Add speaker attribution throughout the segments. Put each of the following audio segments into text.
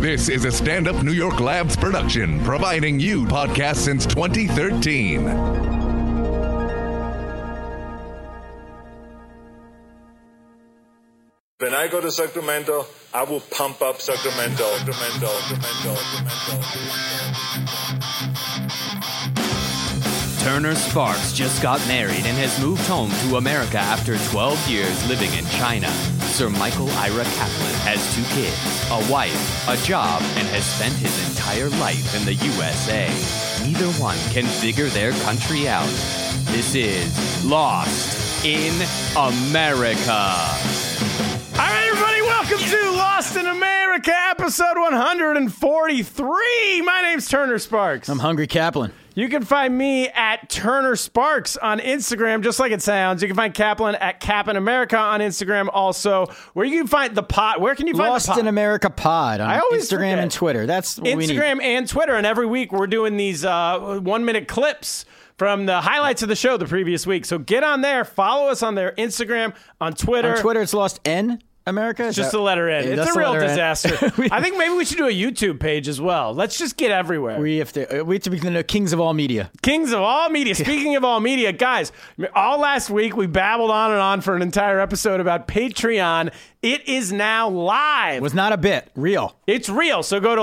Speaker 1: This is a stand up New York Labs production, providing you podcasts since 2013.
Speaker 2: When I go to Sacramento, I will pump up Sacramento, Sacramento, Sacramento, Sacramento,
Speaker 3: Turner Sparks just got married and has moved home to America after 12 years living in China. Sir Michael Ira Kaplan has two kids, a wife, a job, and has spent his entire life in the USA. Neither one can figure their country out. This is Lost in America.
Speaker 4: All right, everybody, welcome to Lost in America, episode 143. My name's Turner Sparks.
Speaker 5: I'm Hungry Kaplan.
Speaker 4: you can find me at Turner Sparks on Instagram, just like it sounds. You can find Kaplan at Cap in America on Instagram, also. Where you can find the pot? Where can you find the
Speaker 5: Lost
Speaker 4: pot?
Speaker 5: in America Pod on
Speaker 4: I always
Speaker 5: Instagram
Speaker 4: forget.
Speaker 5: and Twitter. That's what we need.
Speaker 4: Instagram and Twitter. And every week we're doing these uh, one minute clips from the highlights of the show the previous week. So get on there, follow us on their Instagram, on Twitter.
Speaker 5: On Twitter, it's Lost N America. Is
Speaker 4: just
Speaker 5: that-
Speaker 4: the letter N.
Speaker 5: Yeah,
Speaker 4: it's
Speaker 5: that's
Speaker 4: a
Speaker 5: the
Speaker 4: real
Speaker 5: letter N.
Speaker 4: disaster.
Speaker 5: we,
Speaker 4: I think maybe we should do a YouTube page as well. Let's just get everywhere.
Speaker 5: we have to. uh, We have to be the kings of all media.
Speaker 4: Kings of all media. Speaking of all media, guys, all last week we babbled on and on for an entire episode about Patreon. It is now live.
Speaker 5: Was not a bit real.
Speaker 4: It's real. So go to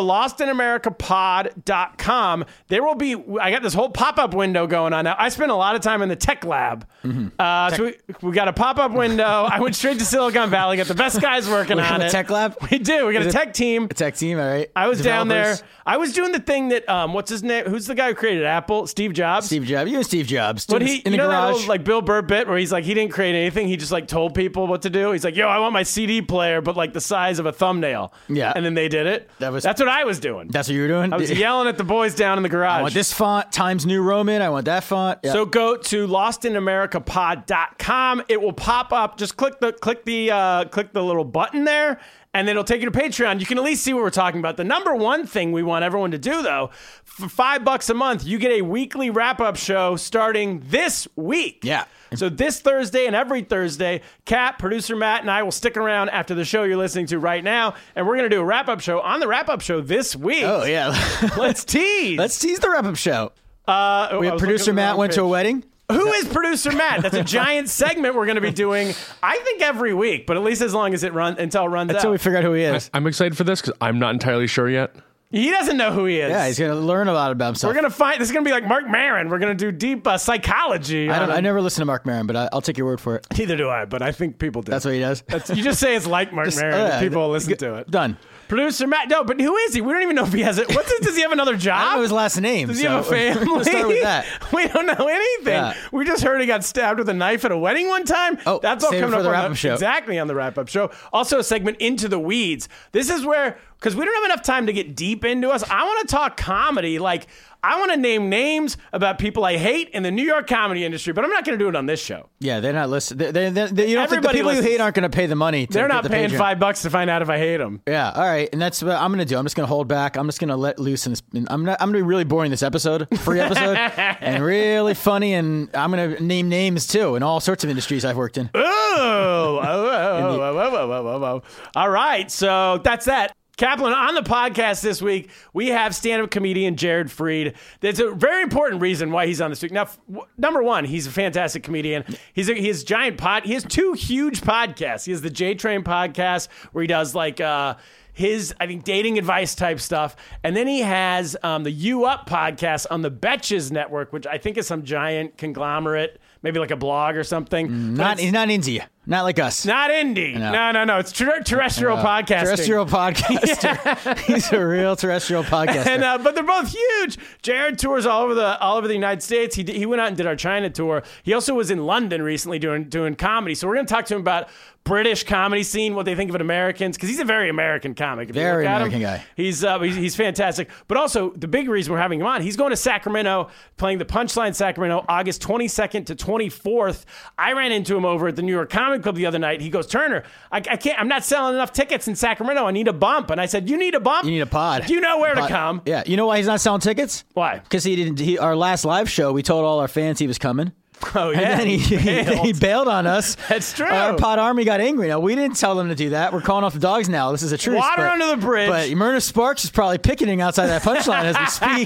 Speaker 4: lostinamericapod.com. There will be, I got this whole pop up window going on now. I spent a lot of time in the tech lab.
Speaker 5: Mm-hmm.
Speaker 4: Uh, So we, we got a pop up window. I went straight to Silicon Valley, got the best guys working
Speaker 5: We
Speaker 4: on
Speaker 5: have a
Speaker 4: it.
Speaker 5: tech lab?
Speaker 4: We do. We got
Speaker 5: Is
Speaker 4: a
Speaker 5: it-
Speaker 4: tech team.
Speaker 5: A tech team. All right.
Speaker 4: I was down there.
Speaker 5: Developers.
Speaker 4: I was doing the thing that, um, what's his name? Who's the guy who created Apple? Steve Jobs.
Speaker 5: Steve Jobs. You and Steve Jobs.
Speaker 4: But
Speaker 5: Dude,
Speaker 4: he,
Speaker 5: in
Speaker 4: you
Speaker 5: the
Speaker 4: know that
Speaker 5: garage.
Speaker 4: old like Bill Burr bit where he's like he didn't create anything. He just like told people what to do. He's like, "Yo, I want my CD player, but like the size of a thumbnail."
Speaker 5: Yeah.
Speaker 4: and then they did it.
Speaker 5: That was-
Speaker 4: that's what I was doing.
Speaker 5: That's what you were doing.
Speaker 4: I was yelling at the boys down in the garage.
Speaker 5: I want this font Times New Roman. I want that font. Yeah.
Speaker 4: So go to lostinamericapod.com. It will pop up. Just click the click the uh, click the little button there, and it'll take you to Patreon. You can at least see what we're talking about. The number one thing we want everyone to do, though, for five bucks a month, you get a weekly wrap up show starting this week.
Speaker 5: Yeah.
Speaker 4: So this Thursday and every Thursday, Kat, producer Matt, and I will stick around after the show you're listening to right now, and we're gonna do a wrap up show on the wrap up show this week.
Speaker 5: oh yeah.
Speaker 4: Let's tease.
Speaker 5: Let's tease the wrap up show.
Speaker 4: Uh, oh,
Speaker 5: We
Speaker 4: I was looking
Speaker 5: have
Speaker 4: at the
Speaker 5: producer Matt
Speaker 4: wrong
Speaker 5: went to a
Speaker 4: page.
Speaker 5: wedding.
Speaker 4: Who is producer Matt? That's a giant segment we're going to be doing. I think every week, but at least as long as it runs until it runs
Speaker 5: Until
Speaker 4: out.
Speaker 5: we figure out who he is.
Speaker 6: I'm excited for this because I'm not entirely sure yet.
Speaker 4: he doesn't know who he is.
Speaker 5: Yeah, he's gonna learn a lot about himself.
Speaker 4: we're gonna find. This is gonna be like Mark Maron. We're gonna do deep uh, psychology.
Speaker 5: I
Speaker 4: on
Speaker 5: don't. I
Speaker 4: him.
Speaker 5: never listen to Mark Maron, but I, I'll take your word for it.
Speaker 4: Neither do I, but I think people do.
Speaker 5: That's what he does.
Speaker 4: you just say it's like Mark Maron.
Speaker 5: uh,
Speaker 4: and people will listen
Speaker 5: g-
Speaker 4: to it.
Speaker 5: Done.
Speaker 4: Producer Matt. No, but who is he? We don't even know if he has it. What's his, does he have another job?
Speaker 5: I don't know his last name.
Speaker 4: Does he
Speaker 5: so
Speaker 4: have a
Speaker 5: we're
Speaker 4: family?
Speaker 5: gonna start with that.
Speaker 4: We don't know anything.
Speaker 5: Yeah.
Speaker 4: We just heard he got stabbed with a knife at a wedding one time.
Speaker 5: Oh,
Speaker 4: that's all
Speaker 5: save it
Speaker 4: coming
Speaker 5: for
Speaker 4: up
Speaker 5: the
Speaker 4: on
Speaker 5: wrap-up show.
Speaker 4: exactly on the wrap up show. Also, a segment into the weeds. This is where because we don't have enough time to get deep into us. I want to talk comedy. Like I want to name names about people I hate in the New York comedy industry, but I'm not going to do it on this show.
Speaker 5: Yeah, they're not listening. They, they, they, you don't
Speaker 4: Everybody
Speaker 5: think the people
Speaker 4: listens.
Speaker 5: you hate aren't going to pay the money? To
Speaker 4: They're
Speaker 5: get
Speaker 4: not
Speaker 5: the
Speaker 4: paying
Speaker 5: Patreon.
Speaker 4: five bucks to find out if I hate them.
Speaker 5: Yeah, all right, and that's what I'm going to do. I'm just going to hold back. I'm just going to let loose, and it's- and I'm not. I'm going to be really boring this episode, free episode, and really funny, and I'm going to name names too in all sorts of industries I've worked in.
Speaker 4: Oh, oh, oh, oh, oh, oh, oh, oh, oh, oh. all right. So that's that. Kaplan on the podcast this week. We have stand-up comedian Jared Freed. That's a very important reason why he's on this week. Now, f- w- number one, he's a fantastic comedian. He's a, he has giant pod. He has two huge podcasts. He has the J Train podcast where he does like. Uh, his, I think, dating advice type stuff. And then he has um, the You Up podcast on the Betches Network, which I think is some giant conglomerate, maybe like a blog or something. But
Speaker 5: Not
Speaker 4: it's-
Speaker 5: he's not into you. Not like us.
Speaker 4: not indie. No,
Speaker 5: No.
Speaker 4: no, no. It's ter- terrestrial podcasting.
Speaker 5: Terrestrial podcaster. he's a real terrestrial podcaster.
Speaker 4: And, uh, but they're both huge. Jared tours all over the all over the United States. He, did- he went out and did our China tour. He also was in London recently doing doing comedy. So we're going to talk to him about British comedy scene, what they think of it Americans, because he's a very American comic. If you
Speaker 5: Very
Speaker 4: look at him,
Speaker 5: American guy.
Speaker 4: He's, uh, he's he's fantastic. But also the big reason we're having him on, he's going to Sacramento playing the Punchline Sacramento August 22nd to 24th. I ran into him over at the New York Comic Club the other night. He goes, Turner, I, I can't. I'm not selling enough tickets in Sacramento. I need a bump. And I said, You need a bump.
Speaker 5: you need a pod.
Speaker 4: Do you know where
Speaker 5: Pod-
Speaker 4: to come?
Speaker 5: Yeah. You know why he's not selling tickets?
Speaker 4: Why?
Speaker 5: Because he didn't. He, our last live show, we told all our fans he was coming.
Speaker 4: Oh yeah,
Speaker 5: and then he, he,
Speaker 4: bailed.
Speaker 5: he bailed on us.
Speaker 4: That's true.
Speaker 5: Our pod army got angry. Now we didn't tell them to do that. We're calling off the dogs now. This is a truth.
Speaker 4: Water
Speaker 5: but-
Speaker 4: under the bridge.
Speaker 5: But Myrna Sparks is probably picketing outside that punchline as we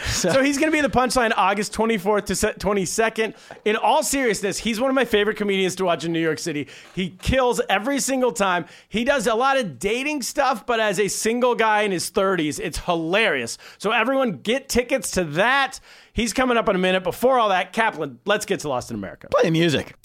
Speaker 5: speak.
Speaker 4: so he's going to be in the punchline August 24th to se- 22nd. In all seriousness, he's one of my favorite comedians to watch in New York City. He kills every single time. He does a lot of dating stuff, but as a single guy in his 30s, it's hilarious. So everyone get tickets to that. He's coming up in a minute. Before all that, Kaplan, let's get to Lost in America.
Speaker 5: Play the music.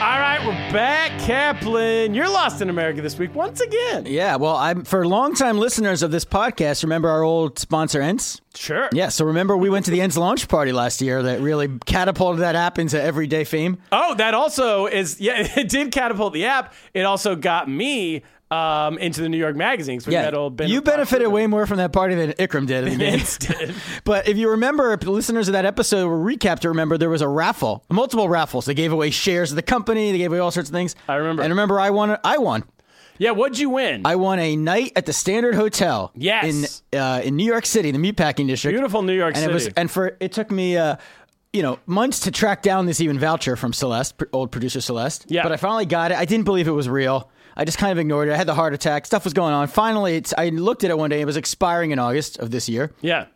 Speaker 4: All right, we're back. Kaplan, you're Lost in America this week once again.
Speaker 5: Yeah. Well, I'm for longtime listeners of this podcast. Remember our old sponsor Ents.
Speaker 4: Sure.
Speaker 5: Yeah. So remember we went to the Ents launch party last year that really catapulted that app into everyday fame.
Speaker 4: Oh, that also is yeah. It did catapult the app. It also got me um, into the New York magazines. With
Speaker 5: yeah.
Speaker 4: that old ben
Speaker 5: you benefited way more from that party than Ikram did. at the end.
Speaker 4: Instead.
Speaker 5: But if you remember, if the listeners of that episode were recapped to remember, there was a raffle, multiple raffles. They gave away shares of the company. They gave away all sorts of things.
Speaker 4: I remember.
Speaker 5: And remember, I won. I won.
Speaker 4: Yeah, what'd you win?
Speaker 5: I won a night at the Standard Hotel.
Speaker 4: Yes.
Speaker 5: In uh, in New York City, the Meatpacking District.
Speaker 4: Beautiful New York
Speaker 5: and
Speaker 4: City.
Speaker 5: It was, and for it took me. Uh, you know, months to track down this even voucher from Celeste, pr- old producer Celeste.
Speaker 4: Yeah.
Speaker 5: But I finally got it. I didn't believe it was real. I just kind of ignored it. I had the heart attack. Stuff was going on. Finally, it's, I looked at it one day. It was expiring in August of this year.
Speaker 4: yeah.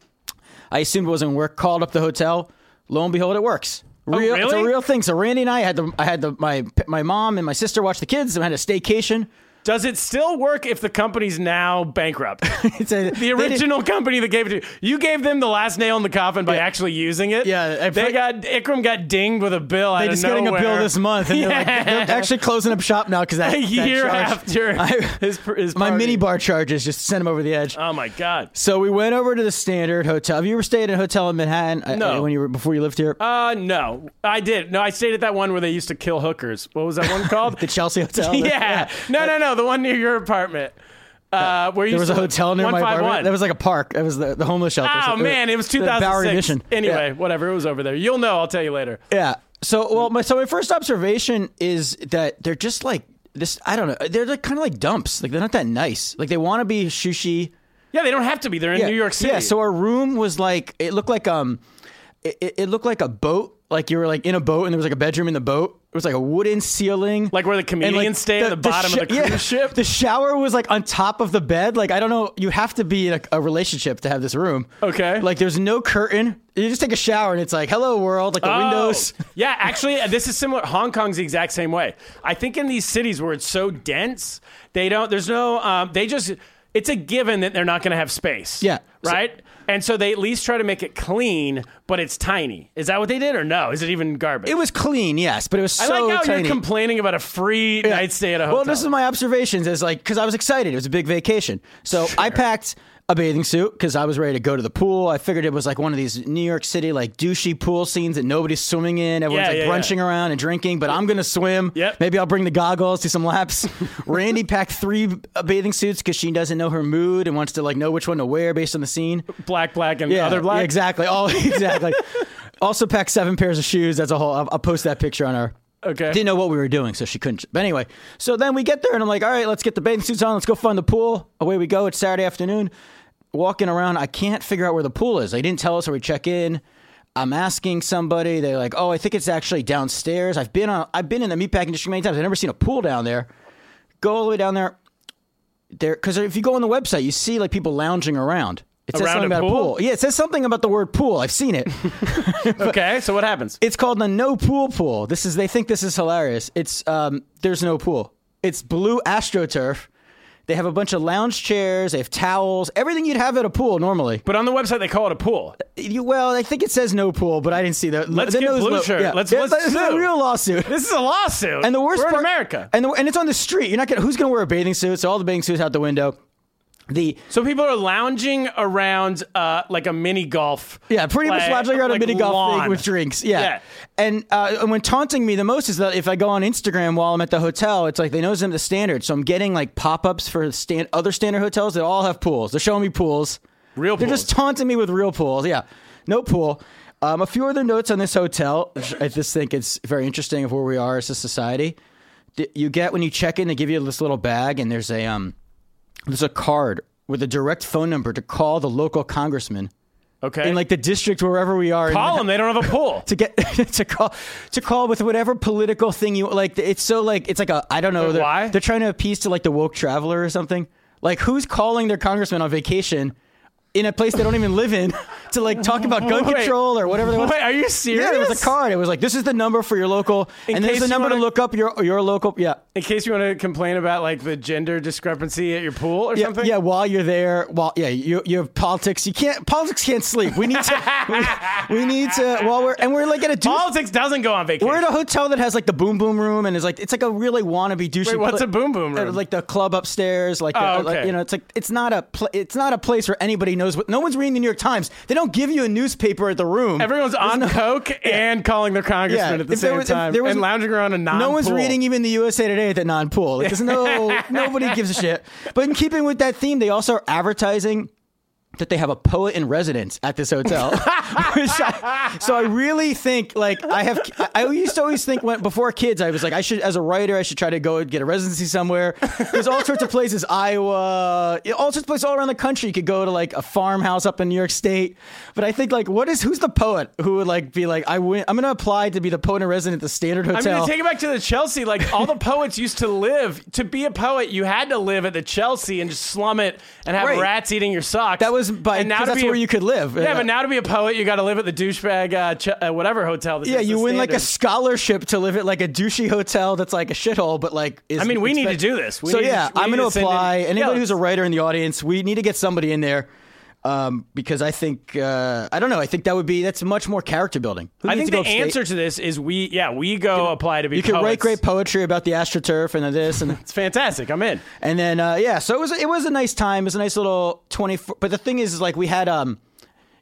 Speaker 5: I assumed it wasn't work. Called up the hotel. Lo and behold, it works. Real, It's
Speaker 4: Oh, really?
Speaker 5: a real thing. So Randy and I had the I had the my my mom and my sister watch the kids. and had a staycation.
Speaker 4: Does it still work if the company's now bankrupt?
Speaker 5: It's a,
Speaker 4: the original company that gave it to you. You gave them the last nail in the coffin by actually using it.
Speaker 5: Yeah, I-
Speaker 4: They got Ikram got dinged with a bill.
Speaker 5: They
Speaker 4: out
Speaker 5: are
Speaker 4: of
Speaker 5: just getting a bill
Speaker 4: nowhere.
Speaker 5: this month, and they're, like,
Speaker 4: Yeah.
Speaker 5: they're actually closing up shop now because that
Speaker 4: a
Speaker 5: that
Speaker 4: year
Speaker 5: charge-
Speaker 4: after
Speaker 5: I-
Speaker 4: his, pr- his
Speaker 5: my
Speaker 4: party.
Speaker 5: mini bar charges just sent him over the edge.
Speaker 4: Oh my god.
Speaker 5: so we went over to the Standard Hotel. Have you ever stayed at a hotel in Manhattan? uh,
Speaker 4: No.
Speaker 5: when you were before you lived here,
Speaker 4: Uh, no, I did. No, I stayed at that one where they used to kill hookers. What was that one called?
Speaker 5: the Chelsea Hotel.
Speaker 4: yeah. No, no, no. The one near your apartment. Uh, where you
Speaker 5: There was a hotel near my apartment. That was like a park. That was the, the homeless shelter. So
Speaker 4: Oh
Speaker 5: was-
Speaker 4: man, it was
Speaker 5: the Bowery
Speaker 4: 2006.
Speaker 5: Mission.
Speaker 4: Anyway,
Speaker 5: Yeah.
Speaker 4: whatever. It was over there. You'll know. I'll tell you later.
Speaker 5: Yeah. So well, my so my first observation is that they're just like this. I don't know. They're like, kind of like dumps. Like they're not that nice. Like they want to be sushi.
Speaker 4: Yeah, they don't have to be. They're in New York City.
Speaker 5: Yeah. So our room was like it looked like um, it, it- it looked like a boat. Like you were like in a boat and there was like a bedroom in the boat. It was like a wooden ceiling.
Speaker 4: Like where the
Speaker 5: And,
Speaker 4: comedians stay at the bottom of the
Speaker 5: yeah,
Speaker 4: cruise ship.
Speaker 5: The shower was like on top of the bed. Like I don't know, you have to be in a, a relationship to have this room.
Speaker 4: Okay.
Speaker 5: Like there's no curtain. You just take a shower and it's like, hello world. Like the
Speaker 4: Oh.
Speaker 5: windows.
Speaker 4: Yeah, actually, this is similar. Hong Kong's the exact same way. I think in these cities where it's so dense, they don't. There's no. Um, they just. It's a given that they're not going to have space.
Speaker 5: Yeah. So-
Speaker 4: Right. and so they at least try to make it clean, but it's tiny. Is that what they did, or no? Is it even garbage?
Speaker 5: It was clean, yes, but it was
Speaker 4: I
Speaker 5: so
Speaker 4: like how
Speaker 5: tiny.
Speaker 4: you're complaining about a free
Speaker 5: Yeah.
Speaker 4: night stay at a hotel.
Speaker 5: Well, this is my observations is like because I was excited. It was a big vacation, so I packed a bathing suit because I was ready to go to the pool. I figured it was like one of these New York City like douchey pool scenes that nobody's swimming in. Everyone's
Speaker 4: Yeah,
Speaker 5: like
Speaker 4: yeah,
Speaker 5: brunching
Speaker 4: yeah.
Speaker 5: around and drinking, but I'm gonna swim.
Speaker 4: Yep.
Speaker 5: Maybe I'll bring the goggles, do some laps. Randy packed three uh, bathing suits because she doesn't know her mood and wants to like know which one to wear based on the scene.
Speaker 4: black, black, and
Speaker 5: Yeah,
Speaker 4: other black.
Speaker 5: yeah, exactly. All exactly. Also packed seven pairs of shoes. That's a whole. I'll, I'll post that picture on our.
Speaker 4: Okay.
Speaker 5: Didn't know what we were doing, so she couldn't. But anyway, so then we get there, and I'm like, all right, let's get the bathing suits on. Let's go find the pool. Away we go. It's Saturday afternoon. Walking around, I can't figure out where the pool is. They didn't tell us where we check in. I'm asking somebody. They're like, oh, I think it's actually downstairs. I've been on. I've been in the meatpacking district many times. I've never seen a pool down there. Go all the way down there. There, because if you go on the website, you see like people lounging around. It says
Speaker 4: Around
Speaker 5: something
Speaker 4: a
Speaker 5: about
Speaker 4: pool?
Speaker 5: a pool. Yeah, it says something about the word pool. I've seen it.
Speaker 4: Okay. So what happens?
Speaker 5: It's called the no pool pool. This is they think this is hilarious. It's um, there's no pool. It's blue astroturf. They have a bunch of lounge chairs. They have towels. Everything you'd have at a pool normally.
Speaker 4: But on the website they call it a pool.
Speaker 5: You, well, I think it says no pool, but I didn't see that.
Speaker 4: Let's
Speaker 5: the
Speaker 4: get
Speaker 5: no's
Speaker 4: Blue
Speaker 5: no-
Speaker 4: Shirt.
Speaker 5: Yeah.
Speaker 4: Let's-
Speaker 5: Yeah,
Speaker 4: let's
Speaker 5: it's a
Speaker 4: sue.
Speaker 5: real lawsuit.
Speaker 4: This is a lawsuit.
Speaker 5: And the worst
Speaker 4: We're
Speaker 5: part,
Speaker 4: in America.
Speaker 5: and the, and it's on the street. You're not gonna, who's going to wear a bathing suit? So all the bathing suits out the window. The
Speaker 4: so people are lounging around uh, like a mini golf.
Speaker 5: Yeah, pretty much
Speaker 4: like-
Speaker 5: lounging around a
Speaker 4: like
Speaker 5: mini golf
Speaker 4: lawn.
Speaker 5: thing with drinks. Yeah.
Speaker 4: Yeah.
Speaker 5: And, uh, and when taunting me the most is that if I go on Instagram while I'm at the hotel, it's like they know it's in the standard. So I'm getting like pop ups for stand- other standard hotels that all have pools. They're showing me pools.
Speaker 4: Real
Speaker 5: They're
Speaker 4: pools.
Speaker 5: just taunting me with real pools. Yeah. No pool. Um, a few other notes on this hotel. which I just think it's very interesting of where we are as a society. D- You get when you check in, they give you this little bag, and there's a um, there's a card with a direct phone number to call the local congressman
Speaker 4: Okay.
Speaker 5: in like the district wherever we are.
Speaker 4: call them. They don't have a pool.
Speaker 5: to get to call to call with whatever political thing you like. It's so like it's like a I don't know
Speaker 4: Like,
Speaker 5: they're,
Speaker 4: why?
Speaker 5: they're trying to appease to like the woke traveler or something. Like who's calling their congressman on vacation in a place they don't even live in to like talk about gun
Speaker 4: Wait.
Speaker 5: control or whatever they want.
Speaker 4: Wait, are you
Speaker 5: Yeah,
Speaker 4: serious?
Speaker 5: there was a card. It was like this is the number for your local,
Speaker 4: In
Speaker 5: and
Speaker 4: case
Speaker 5: there's the
Speaker 4: you
Speaker 5: number to
Speaker 4: wanna-
Speaker 5: look up your your local. Yeah,
Speaker 4: In case you want to complain about like the gender discrepancy at your pool or
Speaker 5: yeah,
Speaker 4: something.
Speaker 5: yeah. While you're there, while yeah, you you have politics. You can't politics can't sleep. We need to we, we need to while we're and we're like at a douche
Speaker 4: Politics doesn't go on vacation.
Speaker 5: We're at a hotel that has like the boom boom room, and it's like it's like a really wannabe douchey.
Speaker 4: Wait, what's a boom boom
Speaker 5: Uh,
Speaker 4: room?
Speaker 5: Like the club upstairs. Like, the,
Speaker 4: Oh,
Speaker 5: like,
Speaker 4: okay.
Speaker 5: you know, it's like it's not a pl- it's not a place where anybody knows what. No one's reading the New York Times. They don't give you a newspaper at the room.
Speaker 4: Everyone's on coke and calling their congressman
Speaker 5: Yeah,
Speaker 4: at the
Speaker 5: if there
Speaker 4: same
Speaker 5: was- if
Speaker 4: time
Speaker 5: there was-
Speaker 4: and lounging around a non.
Speaker 5: no one's reading even the USA Today at the non-pool. Like, there's no nobody gives a shit. But in keeping with that theme, they also are advertising that they have a poet in residence at this hotel. Which I- so I really think like I have I I used to always think when before kids I was like I should as a writer I should try to go and get a residency somewhere. There's all sorts of places Iowa, all sorts of places all around the country you could go to like a farmhouse up in New York State. But I think like what is who's the poet who would like be like I win, I'm going to apply to be the poet in resident at the Standard
Speaker 4: I
Speaker 5: Hotel.
Speaker 4: mean, to take it back to the Chelsea, like all the poets used to live. To be a poet, you had to live at the Chelsea and just slum it and have
Speaker 5: Right.
Speaker 4: rats eating your socks.
Speaker 5: That was by
Speaker 4: And now to
Speaker 5: because that's
Speaker 4: be a-
Speaker 5: where you could live.
Speaker 4: Yeah, but now to be a poet, you got to live at the douchebag, uh, ch- uh, whatever hotel. This
Speaker 5: yeah,
Speaker 4: is,
Speaker 5: you
Speaker 4: the
Speaker 5: win like a
Speaker 4: standard.
Speaker 5: scholarship to live at like a douchey hotel that's like a shithole, but like is
Speaker 4: I mean, we need to
Speaker 5: expe-
Speaker 4: do this. We
Speaker 5: so
Speaker 4: need to-
Speaker 5: yeah,
Speaker 4: we
Speaker 5: I'm
Speaker 4: need
Speaker 5: going
Speaker 4: to
Speaker 5: to
Speaker 4: send in-
Speaker 5: apply.
Speaker 4: Yeah,
Speaker 5: Anybody who's a
Speaker 4: let's-
Speaker 5: writer in the audience, we need to get somebody in there. Um, because I think uh, I don't know. I think that would be that's much more character building. Who
Speaker 4: I
Speaker 5: needs
Speaker 4: think
Speaker 5: to go
Speaker 4: the
Speaker 5: upstate?
Speaker 4: answer to this is we. Yeah, we go apply to be.
Speaker 5: You could write
Speaker 4: poets.
Speaker 5: great poetry about the astroturf and this and
Speaker 4: It's fantastic. I'm in.
Speaker 5: And then uh, yeah, so it was it was a nice time. It was a nice little twenty. But the thing is, is like we had um,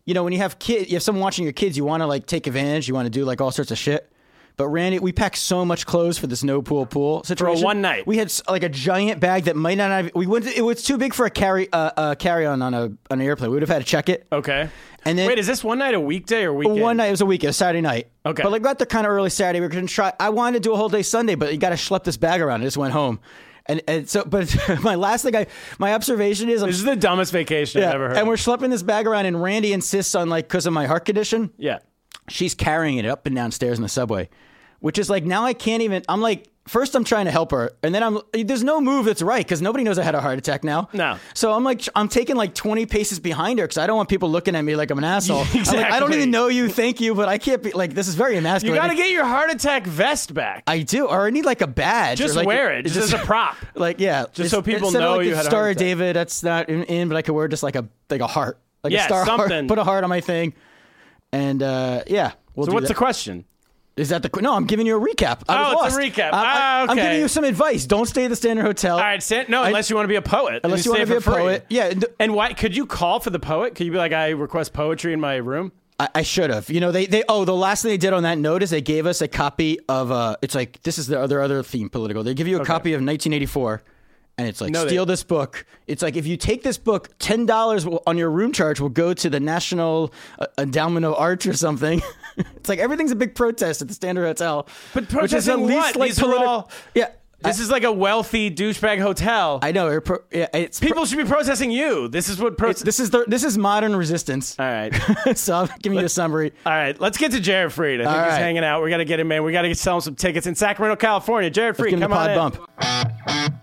Speaker 5: you know, when you have kid, you have someone watching your kids, you want to like take advantage. You want to do like all sorts of shit. But Randy, we packed so much clothes for this no pool pool situation.
Speaker 4: one night.
Speaker 5: we had s- like a giant bag that might not have. We went. It was too big for a carry uh, uh, carry on on a on an airplane. We would have had to check it.
Speaker 4: Okay.
Speaker 5: And then-
Speaker 4: wait, is this one night a weekday or weekend?
Speaker 5: One night it was a weekend, Saturday night.
Speaker 4: Okay.
Speaker 5: but like got there kind of early Saturday. We were gonna try. I wanted to do a whole day Sunday, but you got to schlep this bag around. I just went home, and, and so. But my last thing, I my observation is, I'm
Speaker 4: This is the dumbest vacation I've ever heard.
Speaker 5: and we're schlepping this bag around, and Randy insists on like because of my heart condition,
Speaker 4: yeah.
Speaker 5: she's carrying it up and downstairs in the subway, which is like now I can't even. I'm like. First, I'm trying to help her, and then I'm there's no move that's right because nobody knows I had a heart attack now.
Speaker 4: No.
Speaker 5: so I'm like I'm taking like 20 paces behind her because I don't want people looking at me like I'm an asshole. I'm like, I don't
Speaker 4: Exactly.
Speaker 5: even know you, thank you, but I can't be like this is very
Speaker 4: You
Speaker 5: emasculating.
Speaker 4: got to get your heart attack vest back.
Speaker 5: I do, or I need like a badge.
Speaker 4: just
Speaker 5: or, like,
Speaker 4: wear it, just, as a prop.
Speaker 5: Like yeah,
Speaker 4: Just so people
Speaker 5: instead of,
Speaker 4: know
Speaker 5: like,
Speaker 4: you
Speaker 5: the
Speaker 4: had a
Speaker 5: Star
Speaker 4: heart
Speaker 5: of
Speaker 4: attack.
Speaker 5: David. That's not in, in, but I could wear just like a like a heart, like a
Speaker 4: Yeah,
Speaker 5: star heart.
Speaker 4: something.
Speaker 5: Put a heart on my thing, and uh, yeah. We'll
Speaker 4: So
Speaker 5: do
Speaker 4: what's
Speaker 5: that.
Speaker 4: the question?
Speaker 5: Is that the qu- no? I'm giving you a recap. I
Speaker 4: Oh,
Speaker 5: was
Speaker 4: it's a
Speaker 5: lost.
Speaker 4: recap.
Speaker 5: I- I,
Speaker 4: Ah,
Speaker 5: I'm
Speaker 4: okay.
Speaker 5: giving you some advice. Don't stay at the Standard Hotel.
Speaker 4: All right, stand, no,
Speaker 5: I-
Speaker 4: unless you want to be a poet.
Speaker 5: unless you
Speaker 4: want to
Speaker 5: be a poet. Yeah, and-
Speaker 4: And why could you call for the poet? Could you be like, I request poetry in my room?
Speaker 5: I, I should have. You know, they they oh the last thing they did on that note is they gave us a copy of uh it's like this is their other other theme political. They give you a copy of 1984, and it's like
Speaker 4: No, they-
Speaker 5: steal this book. It's like if you take this book, ten dollars on your room charge will go to the National uh, Endowment of Arts or something. It's like everything's a big protest at the Standard Hotel.
Speaker 4: But
Speaker 5: which is the
Speaker 4: protesting
Speaker 5: least,
Speaker 4: what?
Speaker 5: like,
Speaker 4: These are
Speaker 5: politi-
Speaker 4: all-
Speaker 5: Yeah.
Speaker 4: This
Speaker 5: I,
Speaker 4: is like a wealthy douchebag hotel.
Speaker 5: I know. you're Pro- yeah, it's pro-
Speaker 4: People should be protesting you. This is what protest.
Speaker 5: this is the, this is modern resistance.
Speaker 4: all right.
Speaker 5: so I'm giving you a summary.
Speaker 4: All right, let's get to Jared Freed. I think
Speaker 5: All
Speaker 4: he's
Speaker 5: right.
Speaker 4: hanging out. We got to get him in. We got to sell him some tickets in Sacramento, California. Jared Freed,
Speaker 5: Give him the
Speaker 4: come on
Speaker 5: pod
Speaker 4: in.
Speaker 5: bump.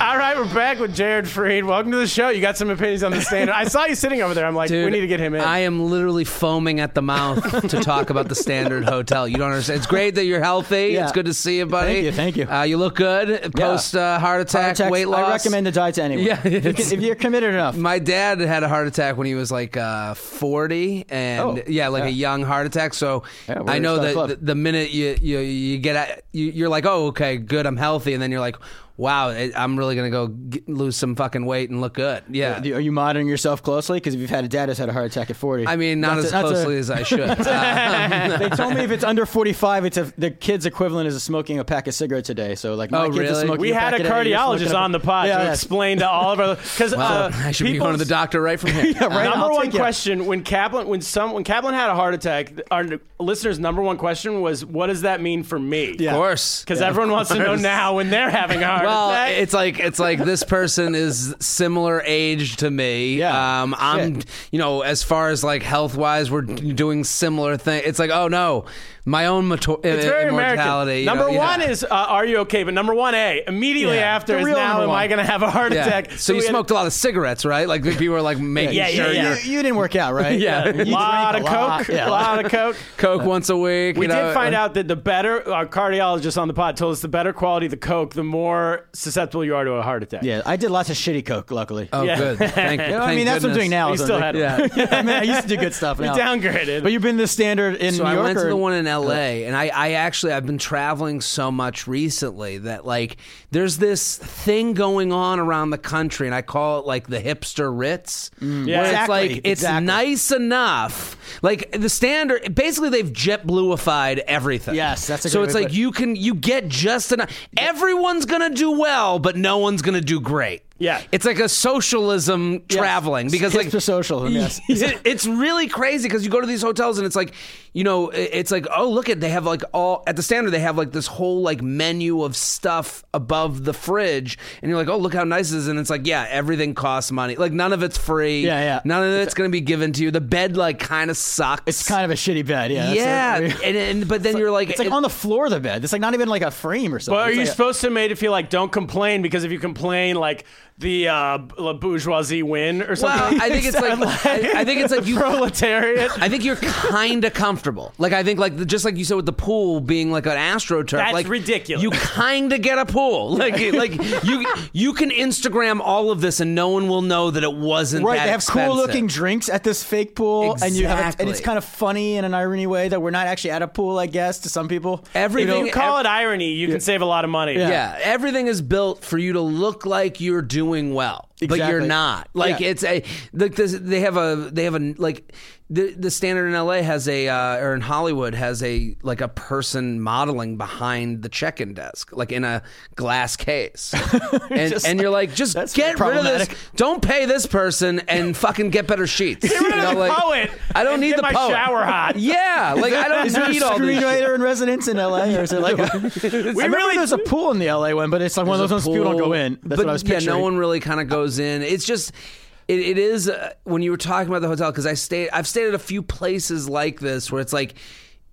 Speaker 4: All right, we're back with Jared Freed. Welcome to the show. You got some opinions on the standard. I saw you sitting over there. I'm like, we
Speaker 7: Dude,
Speaker 4: need to get him in.
Speaker 7: I am literally foaming at the mouth to talk about the Standard Hotel. You don't understand. It's great that you're healthy.
Speaker 5: Yeah.
Speaker 7: It's good to see you, buddy.
Speaker 5: Thank you, thank you.
Speaker 7: Uh, you look good. Post uh, heart attack,
Speaker 5: Heart attacks,
Speaker 7: weight loss.
Speaker 5: I recommend a diet to anyone.
Speaker 7: Yeah,
Speaker 5: If you
Speaker 7: it's-
Speaker 5: can- if you're committed enough.
Speaker 7: My dad had a heart attack when he was like uh, 40, and
Speaker 5: Oh,
Speaker 7: yeah, like
Speaker 5: yeah.
Speaker 7: a young heart attack. So
Speaker 5: Yeah, we're
Speaker 7: I know
Speaker 5: still
Speaker 7: that
Speaker 5: club.
Speaker 7: the, the minute you you, you get at, you, you're like, oh, okay, good, I'm healthy, and then you're like, wow, I- I'm really gonna go get, lose some fucking weight and look good. Yeah,
Speaker 5: Are you monitoring yourself closely? Because if you've had a dad who's had a heart attack at 40,
Speaker 7: I mean, not,
Speaker 5: to-
Speaker 7: as
Speaker 5: to-
Speaker 7: closely as I should. Uh,
Speaker 5: they told me if it's under 45, it's a, the kid's equivalent is smoking a pack of cigarettes a day. So like, my
Speaker 7: Oh,
Speaker 5: kids are
Speaker 7: really?
Speaker 5: smoking
Speaker 4: we had a
Speaker 5: packet day, you're smoking
Speaker 4: cardiologist
Speaker 5: a-
Speaker 4: on the pod
Speaker 5: Yeah,
Speaker 4: to
Speaker 5: yeah.
Speaker 4: explain to all of our because
Speaker 7: Wow.
Speaker 4: uh,
Speaker 7: I should be going to the
Speaker 4: people's-
Speaker 7: doctor right from here.
Speaker 5: Yeah, right.
Speaker 4: Number
Speaker 5: I'll
Speaker 4: one
Speaker 5: take ya.
Speaker 4: question when Kaplan when some when Kaplan had a heart attack, our listeners' number one question was, "What does that mean for me?"
Speaker 7: Of course.
Speaker 4: because everyone wants to know now when they're having a heart
Speaker 7: Well,
Speaker 4: attack.
Speaker 7: it's like it's like this person is similar age to me.
Speaker 5: Yeah.
Speaker 7: um, I'm,
Speaker 5: Shit.
Speaker 7: you know, as far as like health wise, we're d- doing similar thing. It's like, oh no, my own mato-
Speaker 4: It's very
Speaker 7: immortality.
Speaker 4: American.
Speaker 7: you
Speaker 4: Number
Speaker 7: know, yeah.
Speaker 4: one is uh, "Are you okay?" But number one A immediately
Speaker 5: Yeah.
Speaker 4: after
Speaker 5: The
Speaker 4: is
Speaker 5: real
Speaker 4: now.
Speaker 5: number
Speaker 4: Am I
Speaker 5: one.
Speaker 4: going to have a heart
Speaker 7: Yeah.
Speaker 4: attack?
Speaker 7: So, you
Speaker 4: we had-
Speaker 7: smoked a lot of cigarettes, right? Like people were like making
Speaker 4: Yeah, yeah,
Speaker 7: sure
Speaker 4: yeah.
Speaker 7: you're-
Speaker 5: You, you didn't work out, right?
Speaker 7: Yeah. Lot
Speaker 5: You drank
Speaker 4: lot
Speaker 5: a
Speaker 4: of
Speaker 5: lot.
Speaker 4: coke,
Speaker 5: Yeah. uh,
Speaker 4: lot of coke.
Speaker 7: Coke once a week.
Speaker 4: We
Speaker 7: you know, Oh,
Speaker 4: did find out that the better our cardiologist on the pod told us the better quality the coke, the more susceptible you are to a heart attack.
Speaker 5: Yeah, I did lots of shitty coke, luckily.
Speaker 7: Oh,
Speaker 4: Yeah.
Speaker 7: good. Thank,
Speaker 5: You know what I mean, that's what I'm doing now.
Speaker 4: You
Speaker 5: so I'm
Speaker 4: still
Speaker 5: like-
Speaker 4: had it.
Speaker 7: Yeah.
Speaker 5: I mean, I used to do good stuff.
Speaker 4: You
Speaker 5: Now.
Speaker 4: downgraded.
Speaker 5: But you've been the standard in
Speaker 7: so
Speaker 5: New
Speaker 7: I
Speaker 5: York.
Speaker 7: went to
Speaker 5: or-
Speaker 7: the one in LA, and I, I actually I've been traveling so much recently that like there's this thing going on around the country, and I call it like the hipster Ritz,
Speaker 4: Yeah.
Speaker 7: where
Speaker 5: Mm. Exactly,
Speaker 7: it's like it's
Speaker 5: exactly.
Speaker 7: nice enough, like the standard. Basically, they've JetBluified everything.
Speaker 5: Yes, that's a
Speaker 7: so
Speaker 5: good
Speaker 7: it's
Speaker 5: way to
Speaker 7: like
Speaker 5: put it.
Speaker 7: you can you get just enough. Everyone's gonna do well, but no one's gonna do great.
Speaker 4: Yeah.
Speaker 7: it's like a socialism traveling because like
Speaker 5: Hipster social, yes.
Speaker 7: it- it's really crazy because you go to these hotels and it's like, you know, it- it's like, oh, look at they have like all at the standard they have like this whole like menu of stuff above the fridge, and you're like, oh, look how nice it is, and it's like, yeah, everything costs money. Like none of it's free.
Speaker 5: Yeah, yeah.
Speaker 7: None of it's gonna be given to you. The bed like kind of sucks.
Speaker 5: It's kind of a shitty bed, yeah. that's
Speaker 7: yeah,
Speaker 5: it.
Speaker 7: and, and but then you're like,
Speaker 5: it's like oh,
Speaker 7: it-
Speaker 5: on the floor of the bed. It's like not even like a frame or something.
Speaker 4: But are
Speaker 5: It's
Speaker 4: you
Speaker 5: like a-
Speaker 4: supposed to made it feel like don't complain because if you complain, like the uh, la bourgeoisie win or something?
Speaker 7: Well, I think it's like- I- I think it's like
Speaker 4: the
Speaker 7: you-
Speaker 4: proletariat.
Speaker 7: I think you're kind of comfortable. Like I think, like the, just like you said with the pool being like an astroturf.
Speaker 4: That's
Speaker 7: like,
Speaker 4: ridiculous.
Speaker 7: You kind of get a pool. Like like you you can Instagram all of this and no one will know that it wasn't
Speaker 5: Right,
Speaker 7: That
Speaker 5: they have cool looking
Speaker 7: expensive.
Speaker 5: drinks at this fake pool, and you have, and
Speaker 7: Exactly.
Speaker 5: it's kind of funny in an irony way that we're not actually at a pool, I guess, to some people.
Speaker 7: Everything-
Speaker 4: If you call it irony, you can save a lot of money.
Speaker 7: Yeah. everything is built for you to look like you're doing well, but you're
Speaker 5: Exactly.
Speaker 7: not. Like
Speaker 5: Yeah.
Speaker 7: it's a like this, they have a they have a like the the standard in LA has a uh, or in Hollywood has a like a person modeling behind the check-in desk, like in a glass case, and
Speaker 5: Just-
Speaker 7: and you're like just
Speaker 5: that's
Speaker 7: get rid of this.
Speaker 5: problematic.
Speaker 7: Don't pay this person and fucking get better sheets.
Speaker 4: Get rid
Speaker 7: You know,
Speaker 4: of the
Speaker 7: like,
Speaker 4: poet.
Speaker 7: I don't
Speaker 4: and
Speaker 7: need
Speaker 4: get
Speaker 7: the
Speaker 4: my
Speaker 7: poet.
Speaker 4: shower hot.
Speaker 7: Yeah, like I don't
Speaker 5: Is there a
Speaker 7: need all this. shit.
Speaker 5: screenwriter in residence in LA, or is it like? A, we remember
Speaker 4: really-
Speaker 5: there's a pool in the LA one, but it's like one of
Speaker 7: There's
Speaker 5: those ones
Speaker 7: a
Speaker 5: people don't
Speaker 7: pool,
Speaker 5: go in. That's
Speaker 7: but
Speaker 5: what I was
Speaker 7: yeah,
Speaker 5: picturing.
Speaker 7: no one really kind of goes in. It's just. It, it is uh, when you were talking about the hotel because I stayed. I've stayed at a few places like this where it's like,